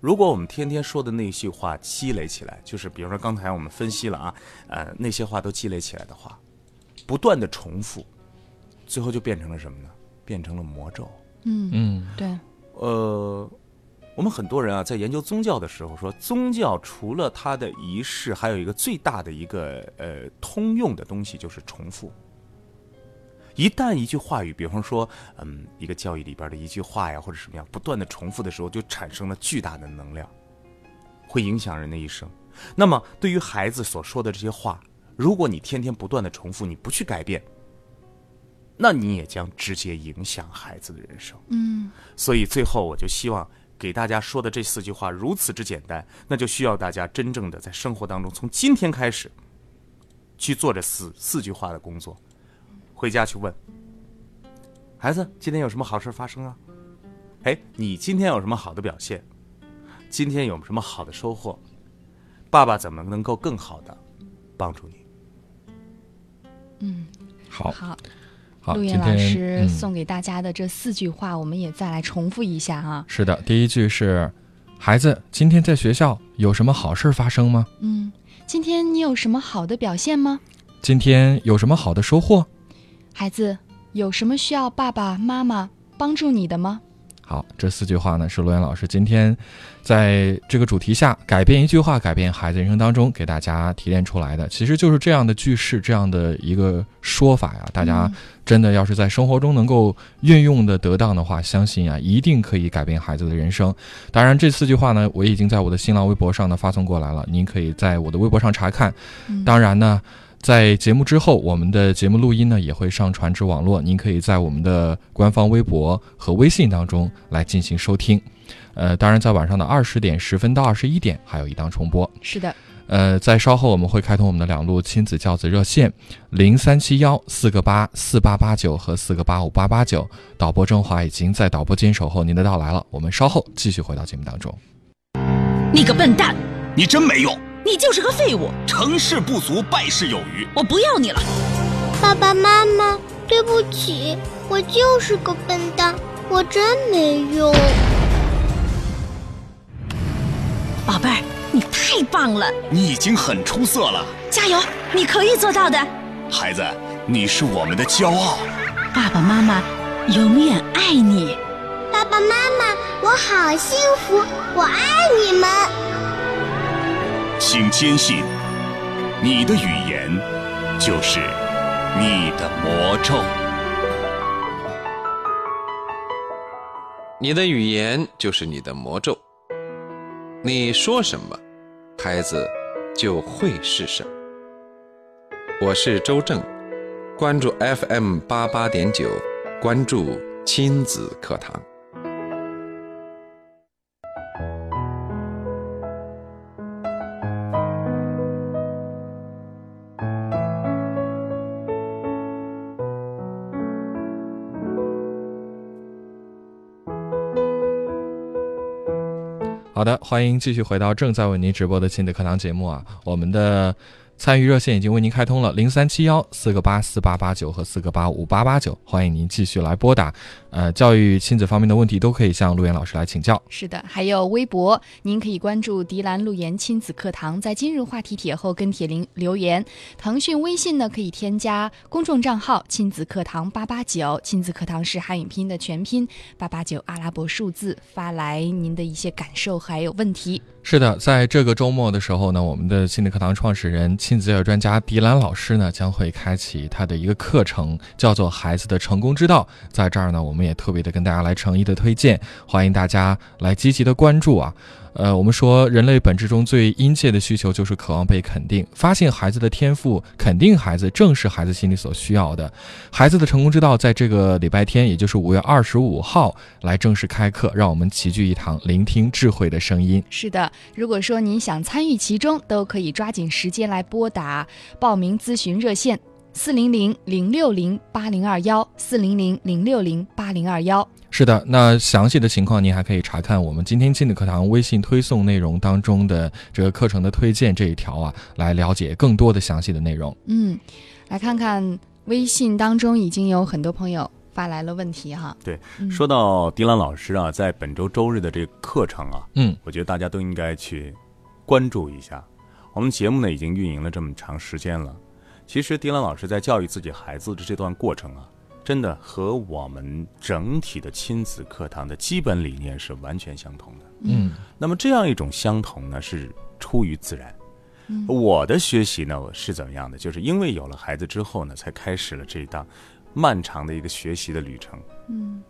C: 如果我们天天说的那些话积累起来，就是比如说刚才我们分析了啊，呃，那些话都积累起来的话，不断的重复，最后就变成了什么呢？变成了魔咒。
B: 嗯，
A: 嗯
B: 对，
C: 呃，我们很多人啊，在研究宗教的时候说，宗教除了它的仪式，还有一个最大的一个呃通用的东西就是重复。一旦一句话语，比方说，嗯，一个教育里边的一句话呀，或者什么样，不断的重复的时候，就产生了巨大的能量，会影响人的一生。那么，对于孩子所说的这些话，如果你天天不断的重复，你不去改变，那你也将直接影响孩子的人生。
B: 嗯
C: 所以最后我就希望
D: 给大家说的这四句话如此之简单，那就需要大家真正的在生活当中，从今天开始去做这四四句话的工作，回家去问孩子今天有什么好事发生啊？哎，你今天有什么好的表现？今天有什么好的收获？爸爸怎么能够更好的帮助你？
A: 好
B: 好，
A: 好，
B: 陆
A: 今
B: 岩
A: 天
B: 老师
A: 嗯
B: 送给大家的这四句话，我们也再来重复一下啊。
A: 是的，第一句是孩子今天在学校有什么好事发生吗？
B: 嗯，今天你有什么好的表现吗？
A: 今天有什么好的收获？
B: 孩子，有什么需要爸爸妈妈帮助你的吗？
A: 好，这四句话呢是罗源老师今天在这个主题下改变一句话，改变孩子人生当中给大家提炼出来的，其实就是这样的句式，这样的一个说法呀。大
B: 嗯
A: 家真的要是在生活中能够运用的得当的话，相信啊，一定可以改变孩子的人生。当然，这四句话呢，我已经在我的新浪微博上呢发送过来了，您可以在我的微博上查看。
B: 嗯
A: 当然呢，在节目之后，我们的节目录音呢也会上传至网络，您可以在我们的官方微博和微信当中来进行收听。呃，当然，在晚上的二十点十分到二十一点还有一档重播。
B: 是的，
A: 呃，在稍后我们会开通我们的两路亲子教子热线，零三七幺四个八四八八九和四个八五八八九。导播郑华已经在导播间守候您的到来了，我们稍后继续回到节目当中。
E: 你个笨蛋，
F: 你真没用，
E: 你就是个废物，
F: 成事不足，败事有余。
E: 我不要你了。
G: 爸爸妈妈，对不起，我就是个笨蛋，我真没用。
E: 宝贝儿，你太棒了，
F: 你已经很出色了，
E: 加油，你可以做到的。
F: 孩子，你是我们的骄傲。
E: 爸爸妈妈永远爱你。
G: 爸爸妈妈，我好幸福，我爱你们。
F: 请坚信，你的语言就是你的魔咒。
H: 你的语言就是你的魔咒，你说什么，孩子就会是什么。我是周正，关注 FM 八八点九，关注亲子课堂。
A: 好的，欢迎继续回到正在为您直播的亲子课堂节目啊，我们的参与热线已经为您开通了零三七幺四个八四八八九和四个八五八八九，欢迎您继续来拨打。呃，教育亲子方面的问题都可以向陆岩老师来请教。
B: 是的，还有微博，您可以关注“迪兰路言亲子课堂”，在今日话题帖后跟帖留留言。腾讯微信呢，可以添加公众账号“亲子课堂八八九”，亲子课堂是汉语拼音的全拼，八八九阿拉伯数字，发来您的一些感受还有问题。
A: 是的，在这个周末的时候呢，我们的亲子课堂创始人、亲子教育专家迪兰老师呢，将会开启他的一个课程，叫做《孩子的成功之道》。在这儿呢，我们也特别的跟大家来诚意的推荐，欢迎大家来积极的关注啊。呃，我们说人类本质中最殷切的需求就是渴望被肯定，发现孩子的天赋，肯定孩子，正是孩子心里所需要的。孩子的成功之道，在这个礼拜天，也就是五月二十五号来正式开课，让我们齐聚一堂，聆听智慧的声音。
B: 是的，如果说您想参与其中，都可以抓紧时间来拨打报名咨询热线四零零零六零八零二幺四零零零六零八零二幺。
A: 是的，那详细的情况您还可以查看我们今天亲子课堂微信推送内容当中的这个课程的推荐这一条啊，来了解更多的详细的内容。
B: 嗯，来看看微信当中已经有很多朋友发来了问题哈。
C: 对，
B: 嗯
C: 说到迪兰老师啊，在本周周日的这个课程啊，
A: 嗯，
C: 我觉得大家都应该去关注一下。我们节目呢已经运营了这么长时间了，其实迪兰老师在教育自己孩子的这段过程啊，真的和我们整体的亲子课堂的基本理念是完全相同的。
A: 嗯，
C: 那么这样一种相同呢，是出于自然。我的学习呢我是怎么样的？就是因为有了孩子之后呢，才开始了这一档漫长的一个学习的旅程。啊
B: 嗯，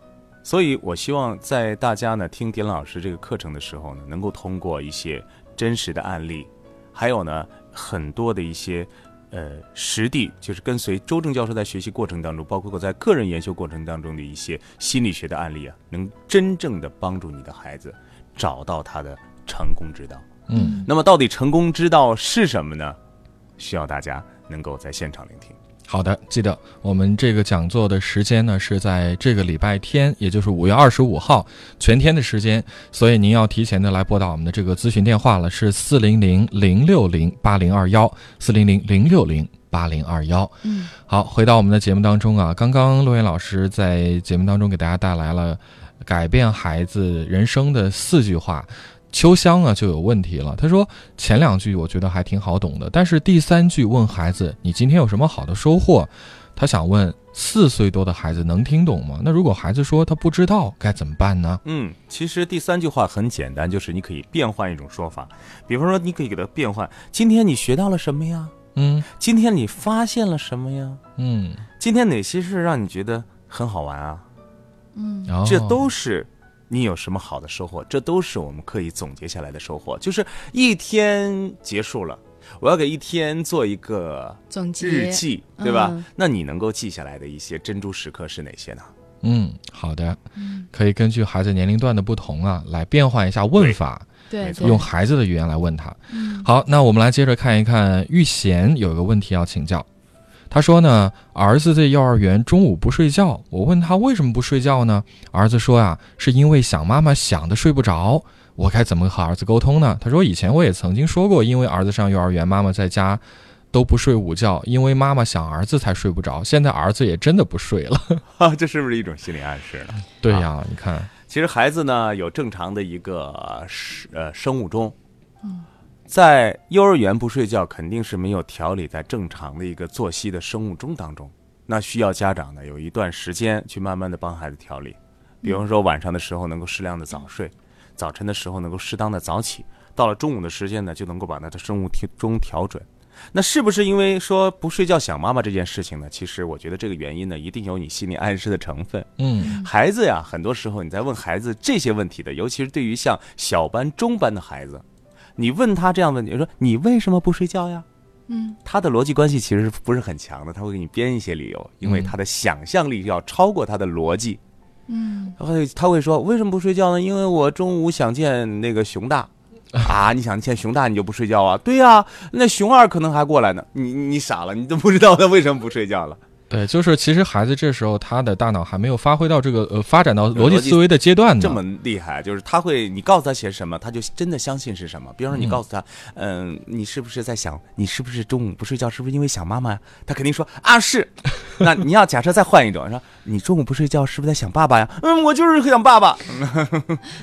C: 所以我希望在大家呢听点老师这个课程的时候呢，能够通过一些真实的案例，还有呢很多的一些呃实地，就是跟随周正教授在学习过程当中，包括在个人研修过程当中的一些心理学的案例啊，能真正的帮助你的孩子找到他的成功之道。
A: 嗯，
C: 那么到底成功之道是什么呢？需要大家能够在现场聆听。
A: 好的，记得我们这个讲座的时间呢是在这个礼拜天，也就是五月二十五号全天的时间，所以您要提前的来拨打我们的这个咨询电话了，是四零零零六零八零二幺，四零零零六零八零二幺。
B: 嗯，
A: 好，回到我们的节目当中啊，刚刚陆岩老师在节目当中给大家带来了改变孩子人生的四句话。秋香啊就有问题了，他说前两句我觉得还挺好懂的，但是第三句问孩子你今天有什么好的收获，他想问四岁多的孩子能听懂吗？那如果孩子说他不知道该怎么办呢？
C: 嗯，其实第三句话很简单，就是你可以变换一种说法，比方说你可以给它变换：今天你学到了什么呀？
A: 嗯
C: 今天你发现了什么呀？
A: 嗯，
C: 今天哪些事让你觉得很好玩啊？
B: 嗯，
A: 哦
C: 这都是你有什么好的收获，这都是我们可以总结下来的收获。就是一天结束了，我要给一天做一个
B: 总结
C: 日记，对吧？
B: 嗯
C: 那你能够记下来的一些珍珠时刻是哪些呢？
A: 嗯好的，
C: 嗯
A: 可以根据孩子年龄段的不同啊来变换一下问法，
B: 对，对
A: 用孩子的语言来问他。好，那我们来接着看一看玉贤有一个问题要请教。他说呢，儿子在幼儿园中午不睡觉，我问他为什么不睡觉呢？儿子说啊，是因为想妈妈想的睡不着。我该怎么和儿子沟通呢？他说以前我也曾经说过，因为儿子上幼儿园，妈妈在家都不睡午觉，因为妈妈想儿子才睡不着。现在儿子也真的不睡了。
C: 啊，这是不是一种心理暗示呢？
A: 对呀、你看，
C: 其实孩子呢有正常的一个呃是呃生物钟，在幼儿园不睡觉肯定是没有调理在正常的一个作息的生物钟当中，那需要家长呢有一段时间去慢慢的帮孩子调理，比方说晚上的时候能够适量的早睡，早晨的时候能够适当的早起，到了中午的时间呢就能够把他的生物钟调准。那是不是因为说不睡觉想妈妈这件事情呢？其实我觉得这个原因呢，一定有你心理暗示的成分。
A: 嗯
C: 孩子呀，很多时候你在问孩子这些问题的，尤其是对于像小班、中班的孩子，你问他这样问题，说你为什么不睡觉呀？
B: 嗯，
C: 他的逻辑关系其实不是很强的，他会给你编一些理由，因为
A: 嗯
C: 他的想象力要超过他的逻辑。嗯，他会他会说为什么不睡觉呢？因为我中午想见那个熊大。啊！你想见熊大，你就不睡觉啊？对呀、那熊二可能还过来呢。你你你傻了，你都不知道他为什么不睡觉了。
A: 对，就是其实孩子这时候他的大脑还没有发挥到这个呃发展到
C: 对
A: 逻辑
C: 逻辑
A: 思维的阶段呢。
C: 这么厉害，就是他会，你告诉他写什么，他就真的相信是什么。比方说，你告诉他，嗯、你是不是在想，你是不是中午不睡觉，是不是因为想妈妈呀？他肯定说啊是。 那你要假设再换一种，说你中午不睡觉，是不是在想爸爸呀？嗯，我就是想爸 爸。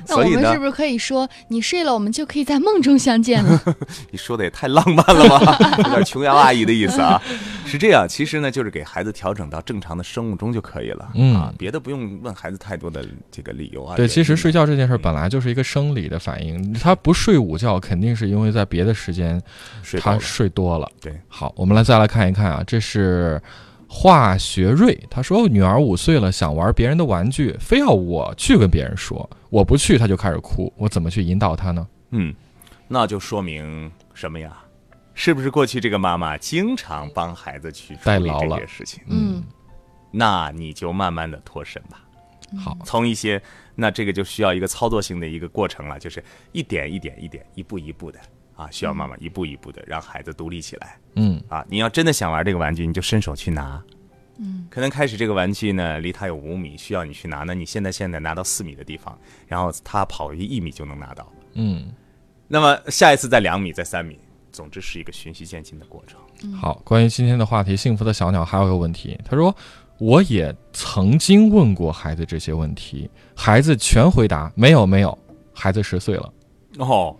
B: 那
C: 所
B: 我
C: 以
B: 们
C: 呢
B: 是不是可以说，你睡了，我们就可以在梦中相见了？
C: 你说的也太浪漫了吧， 有点琼瑶阿姨的意思啊。是这样，其实呢，就是给孩子调整到正常的生物钟就可以了。
A: 嗯
C: 啊，别的不用问孩子太多的这个理由啊。
A: 对，其实
C: 睡
A: 睡觉这件事儿本来就是一个生理的反应，他不睡午觉肯定是因为在别的时间
C: 睡饱
A: 他
C: 了
A: 睡多了。
C: 对，
A: 好，我们来再来看一看啊，这是化学瑞，他说女儿五岁了，想玩别人的玩具，非要我去跟别人说，我不去他就开始哭，我怎么去引导他呢？
C: 嗯，那就说明什么呀？是不是过去这个妈妈经常帮孩子去处
A: 代
C: 理
A: 劳
C: 这
A: 了
C: 些事情？
B: 嗯，
C: 那你就慢慢的脱身吧。
A: 好，
C: 从一些那这个就需要一个操作性的一个过程了，就是一点一点一点，一步一步的啊，需要妈妈一步一步的让孩子独立起来
A: 嗯
C: 啊。你要真的想玩这个玩具，你就伸手去拿。嗯，可能开始这个玩具呢离他有五米，需要你去拿，那你现在现在拿到四米的地方，然后他跑一一米就能拿到。
A: 嗯。
C: 那么下一次在两米，在三米，总之是一个循序渐进的过程。
A: 好，关于今天的话题，幸福的小鸟还有一个问题，他说我也曾经问过孩子这些问题，孩子全回答没有没有，孩子十岁了。
C: 哦，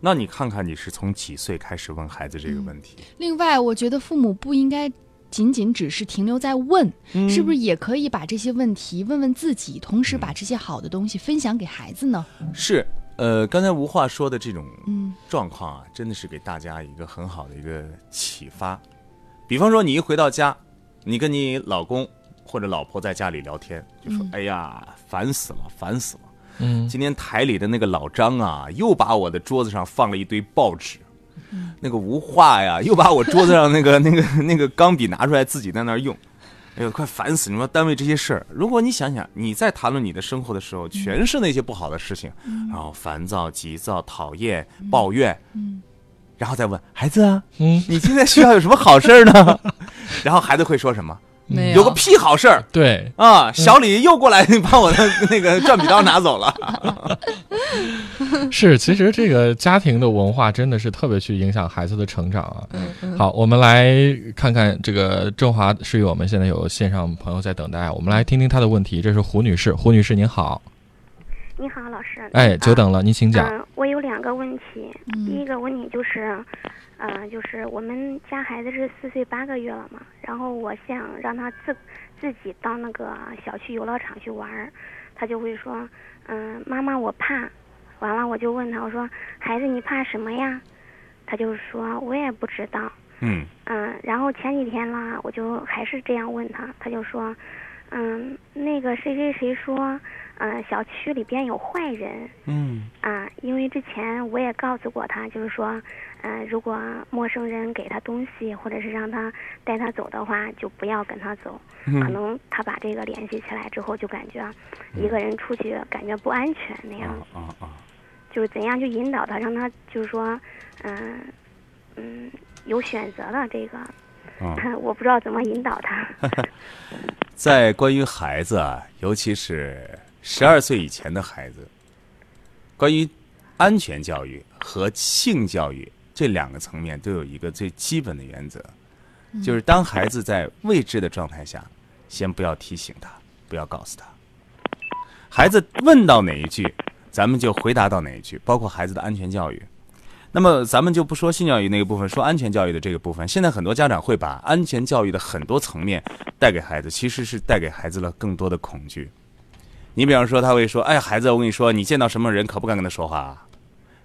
C: 那你看看你是从几岁开始问孩子这个问题？
B: 另外，我觉得父母不应该仅仅只是停留在问，是不是也可以把这些问题问问自己，同时把这些好的东西分享给孩子呢？
C: 是，呃，刚才吴话说的这种
B: 嗯
C: 状况啊，真的是给大家一个很好的一个启发。比方说，你一回到家，你跟你老公或者老婆在家里聊天，就说：“哎呀，烦死了，烦死了！
A: 嗯
C: 今天台里的那个老张啊，又把我的桌子上放了一堆报纸。” 那个吴话呀，又把我桌子上那个那个那个钢笔拿出来，自己在那儿用。
D: 哎呦，快烦死！你们单位这些事儿，如果你想想，你在谈论你的生活的时候，全是那些不好的事情，然后烦躁、急躁、讨厌、抱怨，然后再问孩子啊，
A: 嗯
D: 你今天学校有什么好事儿呢？ 然后孩子会说什么？
B: 没
D: 有个屁好事儿
A: 对，
D: 啊！小李又过来把我的那个 转笔刀拿走了。
A: 是，其实这个家庭的文化真的是特别去影响孩子的成长啊。好，我们来看看这个振华是我们现在有线上朋友在等待，啊我们来听听她的问题。这是胡女士，胡女士您好，
I: 你好，老师。
A: 哎，久等了，您请讲。
I: 嗯、我有两个问题。第一个问题就是，呃，就是我们家孩子是四岁八个月了嘛，然后我想让他自自己到那个小区游乐场去玩儿，他就会说，嗯、妈妈我怕。完了我就问他，我说孩子你怕什么呀？他就说我也不知道。
D: 嗯，
I: 嗯，然后前几天啦，我就还是这样问他，他就说，嗯，那个谁谁谁说，嗯、小区里边有坏人，
D: 嗯
I: 啊，因为之前我也告诉过他，就是说，嗯、如果陌生人给他东西，或者是让他带他走的话，就不要跟他走。
D: 嗯
I: 可能他把这个联系起来之后，就感觉一个人出去感觉不安全那样。
D: 嗯啊啊！
I: 就是怎样去引导他，让他就是说，嗯、嗯，有选择的这个，
D: 啊
I: 我不知道怎么引 导他。
C: 在关于孩子啊，尤其是十二岁以前的孩子，关于安全教育和性教育这两个层面，都有一个最基本的原则，就是当孩子在未知的状态下，先不要提醒他，不要告诉他。孩子问到哪一句，咱们就回答到哪一句，包括孩子的安全教育。那么咱们就不说性教育那个部分，说安全教育的这个部分。现在很多家长会把安全教育的很多层面带给孩子，其实是带给孩子了更多的恐惧。你比方说，他会说：“哎，孩子，我跟你说，你见到什么人可不敢跟他说话啊，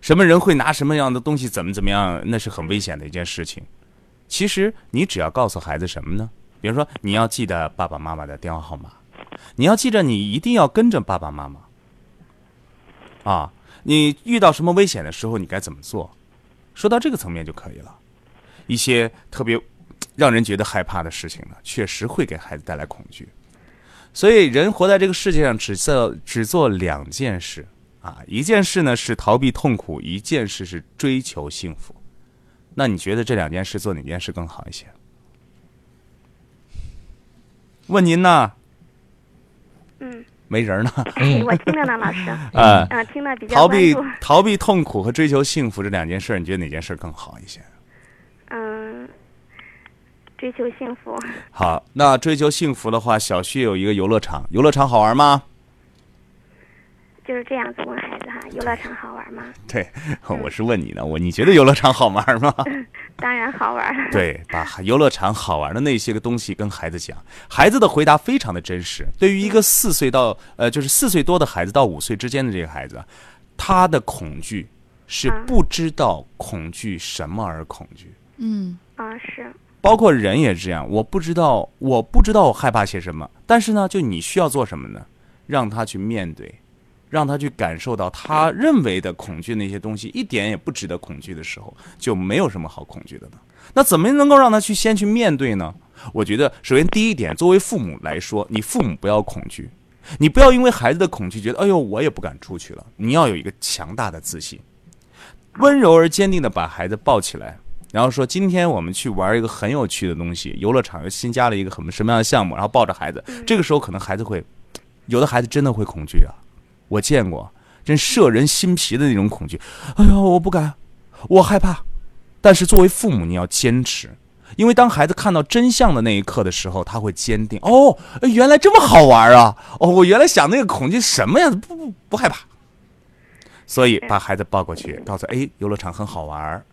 C: 什么人会拿什么样的东西，怎么怎么样，那是很危险的一件事情。”其实你只要告诉孩子什么呢？比如说，你要记得爸爸妈妈的电话号码，你要记着，你一定要跟着爸爸妈妈。啊，你遇到什么危险的时候，你该怎么做？说到这个层面就可以了。一些特别让人觉得害怕的事情呢，确实会给孩子带来恐惧。所以，人活在这个世界上只做只做两件事啊，一件事呢是逃避痛苦，一件事是追求幸福。那你觉得这两件事做哪件事更好一些？问您呢？
I: 嗯，
C: 没人儿呢。
I: 我听着呢，老 师。
C: 呃
I: 嗯、听的比较
C: 逃
I: 关
C: 避
I: 注。
C: 逃避痛苦和追求幸福这两件事，你觉得哪件事更好一些？
I: 嗯，追求幸福。
C: 好，那追求幸福的话，小区有一个游乐场，游乐场好玩吗？
I: 就是这样子问孩子哈，游乐场好玩吗？
C: 对，我是问你呢，我你觉得游乐场好玩吗？
I: 当然好玩。
C: 对，把游乐场好玩的那些个东西跟孩子讲，孩子的回答非常的真实。对于一个四岁到呃，就是四岁多的孩子到五岁之间的这个孩子，他的恐惧是不知道恐惧什么而恐惧。
B: 嗯
I: 啊，是，
C: 包括人也是这样，我不知道，我不知道我害怕些什么，但是呢，就你需要做什么呢？让他去面对，让他去感受到他认为的恐惧那些东西一点也不值得恐惧的时候，就没有什么好恐惧的了。那怎么能够让他去先去面对呢？我觉得，首先第一点，作为父母来说，你父母不要恐惧，你不要因为孩子的恐惧觉得，哎呦，我也不敢出去了。你要有一个强大的自信，温柔而坚定的把孩子抱起来，然后说：“今天我们去玩一个很有趣的东西，游乐场又新加了一个很什么样的项目。”然后抱着孩子，这个时候可能孩子会，有的孩子真的会恐惧啊，我见过，真摄人心脾的那种恐惧。哎呦，我不敢，我害怕。但是作为父母，你要坚持，因为当孩子看到真相的那一刻的时候，他会坚定。哦，哎原来这么好玩啊！哦，我原来想那个恐惧什么呀？不不不害怕。所以把孩子抱过去，告诉他哎，游乐场很好玩儿。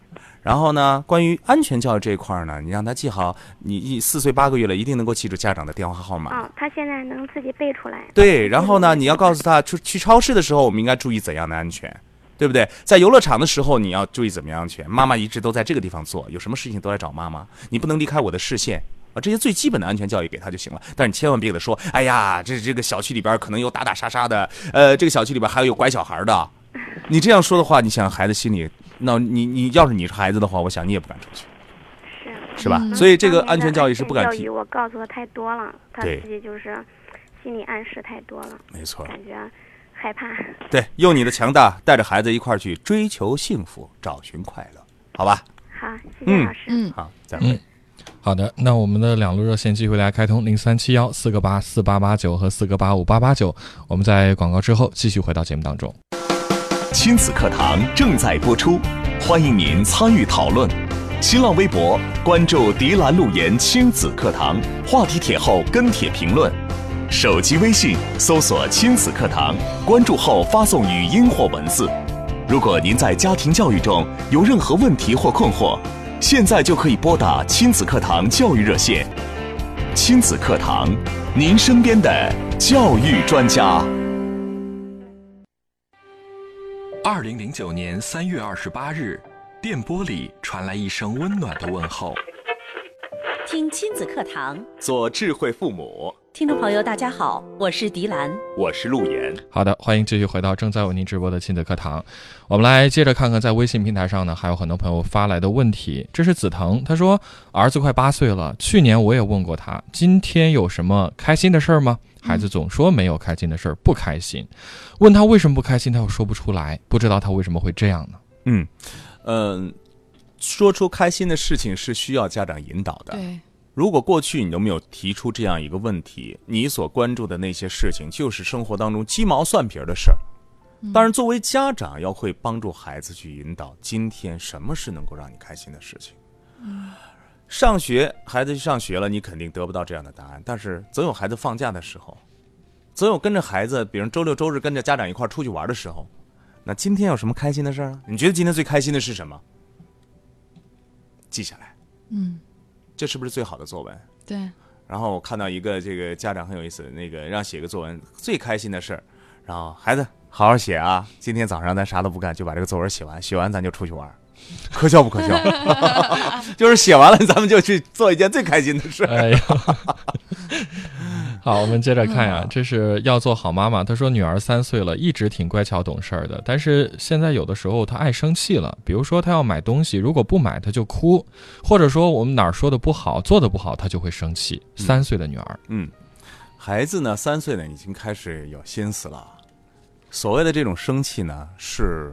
C: 然后呢，关于安全教育这一块儿呢，你让他记好，你一四岁八个月了，一定能够记住家长的电话号码。
I: 啊，他现在能自己背出来。
C: 对，然后呢，你要告诉他，去去超市的时候，我们应该注意怎样的安全，对不对？在游乐场的时候，你要注意怎么样安全。妈妈一直都在这个地方做，有什么事情都来找妈妈，你不能离开我的视线啊。这些最基本的安全教育给他就行了，但是你千万别给他说，哎呀，这这个小区里边可能有打打杀杀的，呃，这个小区里边还有有拐小孩的。你这样说的话，你想孩子心里，那你你要是你是孩子的话，我想你也不敢出去，
I: 是，
C: 是吧？
B: 嗯
C: 所以这个
I: 当年
C: 安全
I: 的
C: 教育是不敢
I: 教
C: 提
I: 育，，我告诉他太多了，他
C: 对
I: 自己就是心理暗示太多了，
C: 没错。
I: 感觉害怕。
C: 对，用你的强大带着孩子一块儿去追求幸福，找寻快乐，好吧？
I: 好，谢
C: 嗯
I: 谢老师。
B: 嗯，
C: 好，再会。
A: 嗯，好的，那我们的两路热线继续为大家开通零三七幺四个八四八八九和四个八五八八九。我们在广告之后继续回到节目当中。
F: 亲子课堂正在播出，欢迎您参与讨论。新浪微博关注“迪兰路言亲子课堂”，话题帖后跟帖评论；手机微信搜索“亲子课堂”，关注后发送语音或文字。如果您在家庭教育中有任何问题或困惑，现在就可以拨打亲子课堂教育热线。亲子课堂，您身边的教育专家。
J: 二零零九年三月二十八日，电波里传来一声温暖的问候。
E: 听亲子课堂，
C: 做智慧父母，
E: 听众朋友大家好，我是迪兰。
C: 我是陆岩。
A: 好的，欢迎继续回到正在为您直播的亲子课堂。我们来接着看看在微信平台上呢，还有很多朋友发来的问题。这是紫藤，他说儿子快八岁了，去年我也问过他，今天有什么开心的事儿吗？孩子总说没有开心的事儿，不开心。问他为什么不开心，他又说不出来，不知道他为什么会这样呢？
C: 嗯，说出开心的事情是需要家长引导的。
B: 对，
C: 如果过去你都没有提出这样一个问题，你所关注的那些事情就是生活当中鸡毛蒜皮儿的事儿。但是作为家长，要会帮助孩子去引导，今天什么是能够让你开心的事情。上学，孩子去上学了，你肯定得不到这样的答案。但是总有孩子放假的时候，总有跟着孩子，比如周六周日跟着家长一块儿出去玩的时候，那今天有什么开心的事儿啊？你觉得今天最开心的是什么？记下来，
B: 嗯，
C: 这是不是最好的作文？
B: 对，
C: 然后我看到一个这个家长很有意思，那个让写个作文最开心的事儿，然后孩子好好写啊，今天早上咱啥都不干，就把这个作文写完，写完咱就出去玩儿，可笑不可笑？ 就是写完了，咱们就去做一件最开心的事儿。
A: 哎呀，好，我们接着看呀、这是要做好妈妈。她说，女儿三岁了，一直挺乖巧懂事儿的，但是现在有的时候她爱生气了，比如说她要买东西，如果不买她就哭，或者说我们哪儿说的不好，做的不好，她就会生气。三岁的女儿，
C: 孩子呢，三岁呢已经开始有心思了。所谓的这种生气呢，是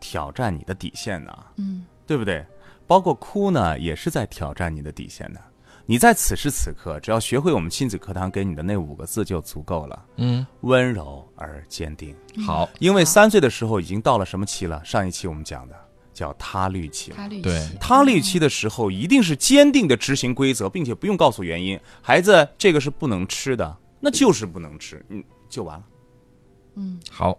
C: 挑战你的底线呢，
B: 嗯，
C: 对不对？包括哭呢，也是在挑战你的底线的。你在此时此刻，只要学会我们亲子课堂给你的那五个字就足够了：
A: 嗯，
C: 温柔而坚定。
A: 好，
C: 因为三岁的时候已经到了什么期了？上一期我们讲的叫他律期了。
B: 他律
A: 对
B: 期，
C: 他律期的时候，一定是坚定的执行规则，并且不用告诉原因。孩子，这个是不能吃的，那就是不能吃，嗯，就完了。
A: 好，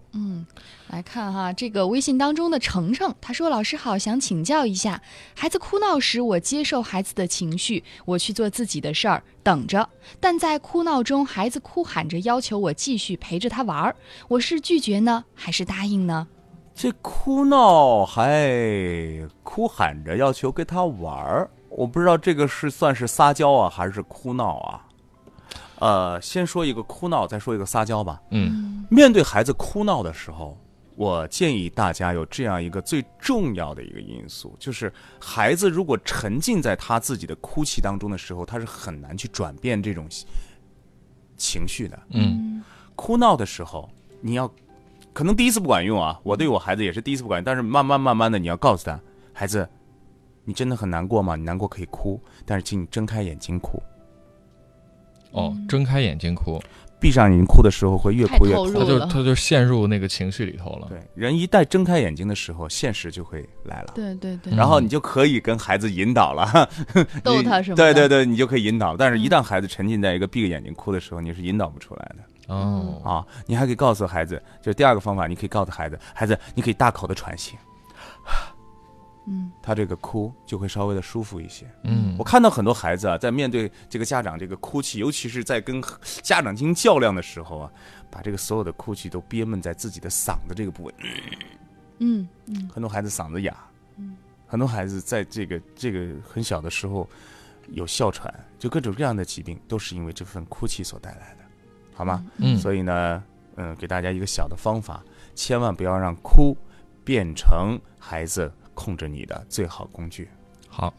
B: 来看哈，这个微信当中的程程，他说：“老师好，想请教一下，孩子哭闹时，我接受孩子的情绪，我去做自己的事儿，等着；但在哭闹中，孩子哭喊着要求我继续陪着他玩儿，我是拒绝呢，还是答应呢？
C: 这哭闹还哭喊着要求跟他玩儿，我不知道这个是算是撒娇啊，还是哭闹啊？呃，先说一个哭闹，再说一个撒娇吧。
A: 嗯，
C: 面对孩子哭闹的时候，我建议大家有这样一个最重要的一个因素，就是孩子如果沉浸在他自己的哭泣当中的时候，他是很难去转变这种情绪的。
A: 嗯，
C: 哭闹的时候，你要可能第一次不管用啊，我对我孩子也是第一次不管用，但是慢慢慢慢的，你要告诉他，孩子，你真的很难过吗？你难过可以哭，但是请你睁开眼睛哭。
A: 哦，睁开眼睛哭，
C: 闭上眼睛哭的时候会越哭越
B: 太投
C: 痛
B: 入
A: 她
B: 了
A: 就她就陷入那个情绪里头了。
C: 对，人一旦睁开眼睛的时候，现实就会来了。
B: 对对对
A: 嗯
C: 然后你就可以跟孩子引导了，你
B: 逗他什么
C: 对
B: 的
C: 对对，你就可以引导。但是，一旦孩子沉浸在一个闭着眼睛哭的时候，你是引导不出来的
B: 嗯
A: 哦，
C: 啊！你还可以告诉孩子，就是第二个方法，你可以告诉孩子，孩子，你可以大口的喘息，
B: 嗯，
C: 他这个哭就会稍微的舒服一些。
A: 嗯
C: 我，看到很多孩子啊，在面对这个家长这个哭泣，尤其是在跟家长进行较量的时候啊，把这个所有的哭泣都憋闷在自己的嗓子这个部位。
B: 嗯，
C: 很多孩子嗓子哑，
A: 嗯
C: 很多孩子在这个这个很小的时候有哮喘，就各种各样的疾病都是因为这份哭泣所带来的，好吗？
A: 嗯
C: 所以呢，嗯，给大家一个小的方法，千万不要让哭变成孩子控制你的最好工具。
A: 好，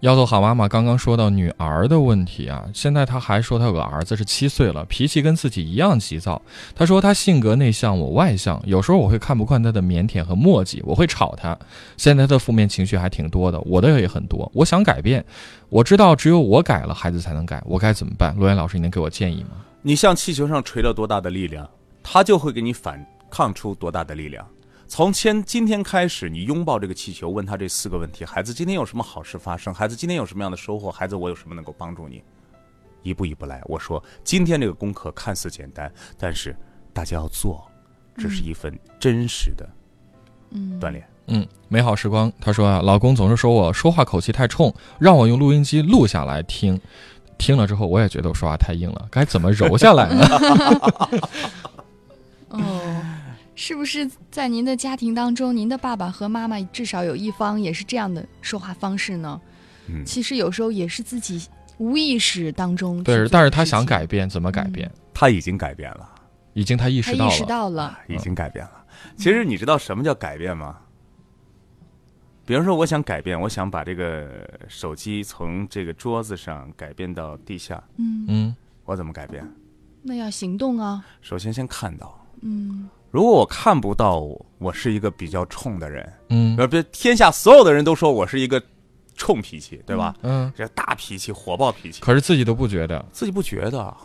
A: 要做好妈妈刚刚说到女儿的问题啊，现在她还说她有个儿子是七岁了，脾气跟自己一样急躁。她说她性格内向，我外向，有时候我会看不惯她的腼腆和磨叽，我会吵她。现在她的负面情绪还挺多的，我的也很多。我想改变，我知道只有我改了，孩子才能改，我该怎么办？罗源老师，你能给我建议吗？
C: 你向气球上锤了多大的力量，它就会给你反抗出多大的力量。从今今天开始，你拥抱这个气球，问他这四个问题：孩子，今天有什么好事发生？孩子，今天有什么样的收获？孩子，我有什么能够帮助你？一步一步来。我说，今天这个功课看似简单，但是大家要做，这是一份真实的锻炼。
A: 嗯，美好时光，她说啊，老公总是说我说话口气太冲，让我用录音机录下来听。听了之后，我也觉得我说话太硬了，该怎么柔下来呢？
B: 哦，是不是在您的家庭当中，您的爸爸和妈妈至少有一方也是这样的说话方式呢？
C: 嗯
B: 其实有时候也是自己无意识当中去做的
A: 对，
B: 事情，
A: 但是她想改变，怎么改变？
C: 他已经改变了，
A: 已经她意
B: 嗯他
A: 识到
B: 意
A: 了，
B: 识到了，
C: 已经改变了。其实你知道什么叫改变吗？比如说，我想改变，我想把这个手机从这个桌子上改变到地下，
A: 嗯，
C: 我怎么改变？
B: 那要行动啊，
C: 首先先看到，
B: 嗯，
C: 如果我看不到，我是一个比较冲的人，
A: 嗯
C: 呃，别天下所有的人都说我是一个冲脾气，对吧？
A: 嗯，
C: 这大脾气、火爆脾气，
A: 可是自己都不觉得，
C: 自己不觉得，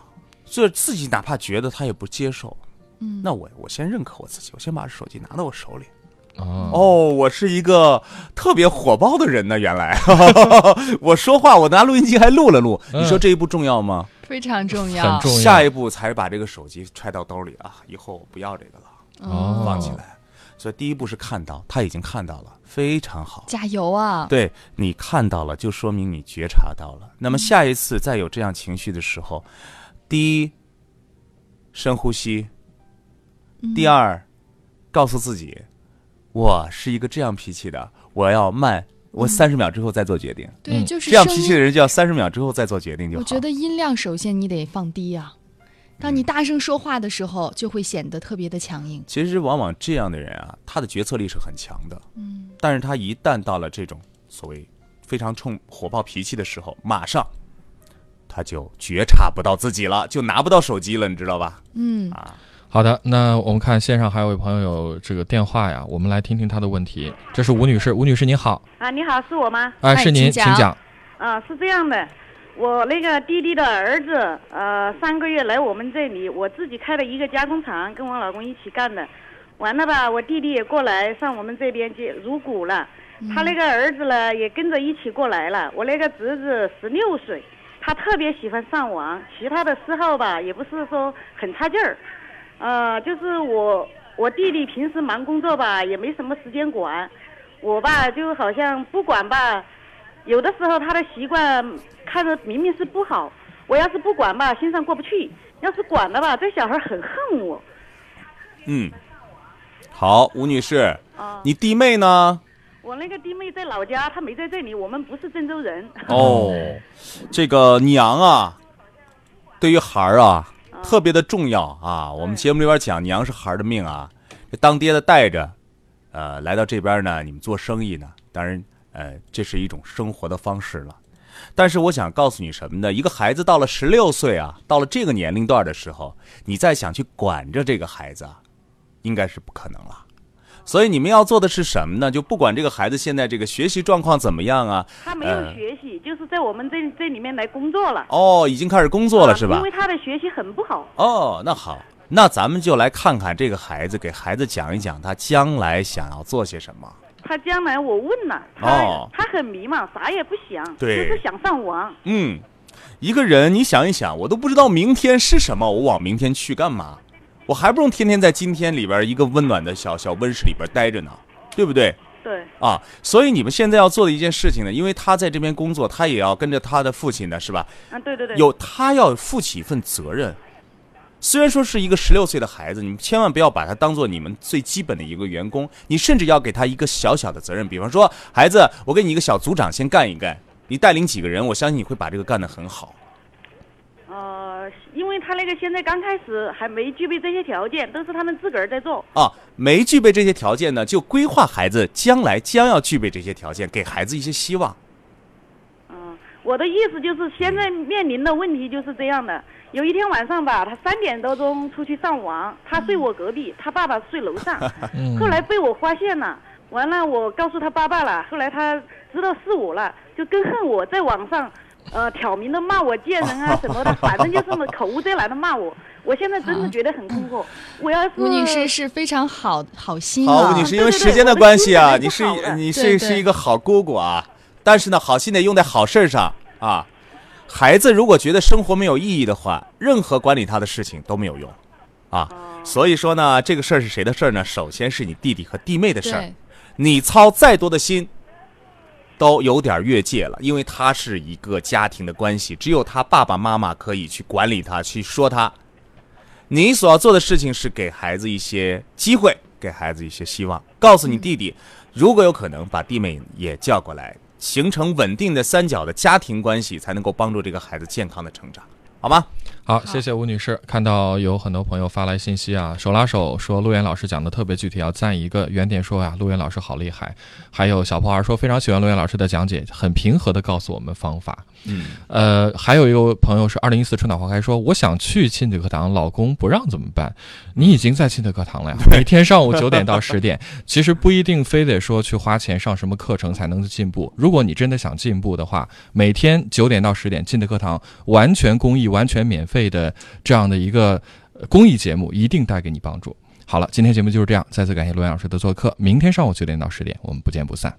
C: 这自己哪怕觉得他也不接受。嗯，那我我先认可我自己，我先把手机拿到我手里。
A: 哦
C: 哦，我是一个特别火爆的人呢，原来 我说话我拿录音机还录了录，你说
A: 嗯
C: 这一步重要吗？
B: 非常重要，
A: 很重要。
C: 下一步才把这个手机揣到兜里啊，以后我不要这个了。
B: 嗯
A: 哦，
C: 放起来。所以第一步是看到，他已经看到了，非常好。
B: 加油啊！
C: 对你看到了，就说明你觉察到了。那么下一次再有这样情绪的时候，第一，深呼吸；
B: 嗯
C: 第二，告诉自己，我是一个这样脾气的，我要慢，我三十秒之后再做决定。
A: 嗯
B: 对，嗯就是
C: 这样
B: 声
C: 脾
B: 音
C: 气的人就要三十秒之后再做决定就好。
B: 我觉得音量首先你得放低啊。当
A: 嗯
B: 你大声说话的时候，就会显得特别的强硬。
C: 其实往往这样的人啊，他的决策力是很强的，嗯，但是他一旦到了这种所谓非常冲火爆脾气的时候，马上他就觉察不到自己了，就拿不到手机了，你知道吧？
B: 嗯，
A: 啊好的，那我们看线上还有位朋友有这个电话呀，我们来听听她的问题。这是吴女士，吴女士您好，
K: 啊，你好，是我吗？
A: 哎，
B: 哎
A: 是您，
B: 请
A: 请
B: 讲
A: 讲。
K: 啊，是这样的，我那个弟弟的儿子，呃，三个月来我们这里，我自己开了一个加工厂，跟我老公一起干的。完了吧，我弟弟也过来上我们这边去入股了，他那个儿子呢也跟着一起过来了。我那个侄子十六岁，他特别喜欢上网，其他的嗜好吧也不是说很差劲儿，呃，就是我我弟弟平时忙工作吧，也没什么时间管，我吧就好像不管吧。有的时候他的习惯看着明明是不好，我要是不管吧，心上过不去；要是管了吧，这小孩很恨我。
C: 嗯，好，吴女士，
K: 啊
C: 你弟妹呢？
K: 我那个弟妹在老家，她没在这里，我们不是郑州人。
C: 哦，这个娘啊，对于孩儿啊，
K: 嗯
C: 特别的重要啊。我们节目里边讲，娘是孩儿的命啊。这当爹的带着，呃，来到这边呢，你们做生意呢，当然，呃，这是一种生活的方式了。但是我想告诉你什么呢？一个孩子到了十六岁啊，到了这个年龄段的时候，你再想去管着这个孩子，啊，应该是不可能了。所以你们要做的是什么呢？就不管这个孩子现在这个学习状况怎么样啊，
K: 他没有
C: 呃
K: 学习，就是在我们这这里面来工作了。
C: 哦，已经开始工作了
K: 啊
C: 是吧
K: 因为？他的学习很不好。
C: 哦，那好，那咱们就来看看这个孩子，给孩子讲一讲他将来想要做些什么。
K: 他将来我问了，他、
C: 哦
K: 他很迷茫，啥也不想，
C: 对
K: 就是想上网。
C: 嗯，一个人，你想一想，我都不知道明天是什么，我往明天去干嘛？我还不如天天在今天里边一个温暖的小小温室里边待着呢，对不对？
K: 对，
C: 啊，所以你们现在要做的一件事情呢，因为他在这边工作，他也要跟着他的父亲呢，是吧？
K: 啊，对对对，
C: 有他要负起一份责任。虽然说是一个十六岁的孩子，你们千万不要把他当做你们最基本的一个员工，你甚至要给他一个小小的责任，比方说，孩子，我给你一个小组长，先干一干，你带领几个人，我相信你会把这个干得很好。
K: 呃，因为他那个现在刚开始还没具备这些条件，都是他们自个儿在做。
C: 啊，没具备这些条件呢，就规划孩子将来将要具备这些条件，给孩子一些希望。
K: 我的意思就是，现在面临的问题就是这样的。有一天晚上吧，他三点多钟出去上网，他睡我隔壁，他爸爸睡楼上。后来被我发现了，完了我告诉他爸爸了，后来他知道是我了，就更恨我，在网上，呃，挑明的骂我贱人啊什么的，反正就是口无遮拦的骂我。我现在真的觉得很困惑，我要是
B: 吴女士是非常好好心
C: 好，
B: 啊，
C: 你是因为时间的关系啊，
K: 对对对
C: 你是
K: 我们心情
C: 你
B: 对
C: 是
B: 对
C: 是一个好姑姑啊，但是呢，好心得用在好事儿上啊。孩子如果觉得生活没有意义的话，任何管理他的事情都没有用啊。所以说呢，这个事儿是谁的事儿呢？首先是你弟弟和弟妹的事儿
B: 对，
C: 你操再多的心，都有点越界了，因为他是一个家庭的关系，只有他爸爸妈妈可以去管理他，去说他。你所要做的事情是给孩子一些机会，给孩子一些希望，告诉你弟弟，如果有可能，把弟妹也叫过来，形成稳定的三角的家庭关系，才能够帮助这个孩子健康的成长，好吗？
A: 好，谢谢吴女士。看到有很多朋友发来信息啊，手拉手说陆岩老师讲的特别具体，要赞一个。原点说呀、陆岩老师好厉害。还有小破儿说非常喜欢陆岩老师的讲解，很平和的告诉我们方法。
C: 嗯，
A: 呃，还有一个朋友是二零一四春暖花开说，我想去亲子课堂，老公不让怎么办？你已经在亲子课堂了呀，每天上午九点到十点。其实不一定非得说去花钱上什么课程才能进步。如果你真的想进步的话，每天九点到十点亲子课堂，完全公益、完全免费的这样的一个呃公益节目，一定带给你帮助。好了，今天节目就是这样，再次感谢罗阳老师的做客。明天上午九点到十点，我们不见不散。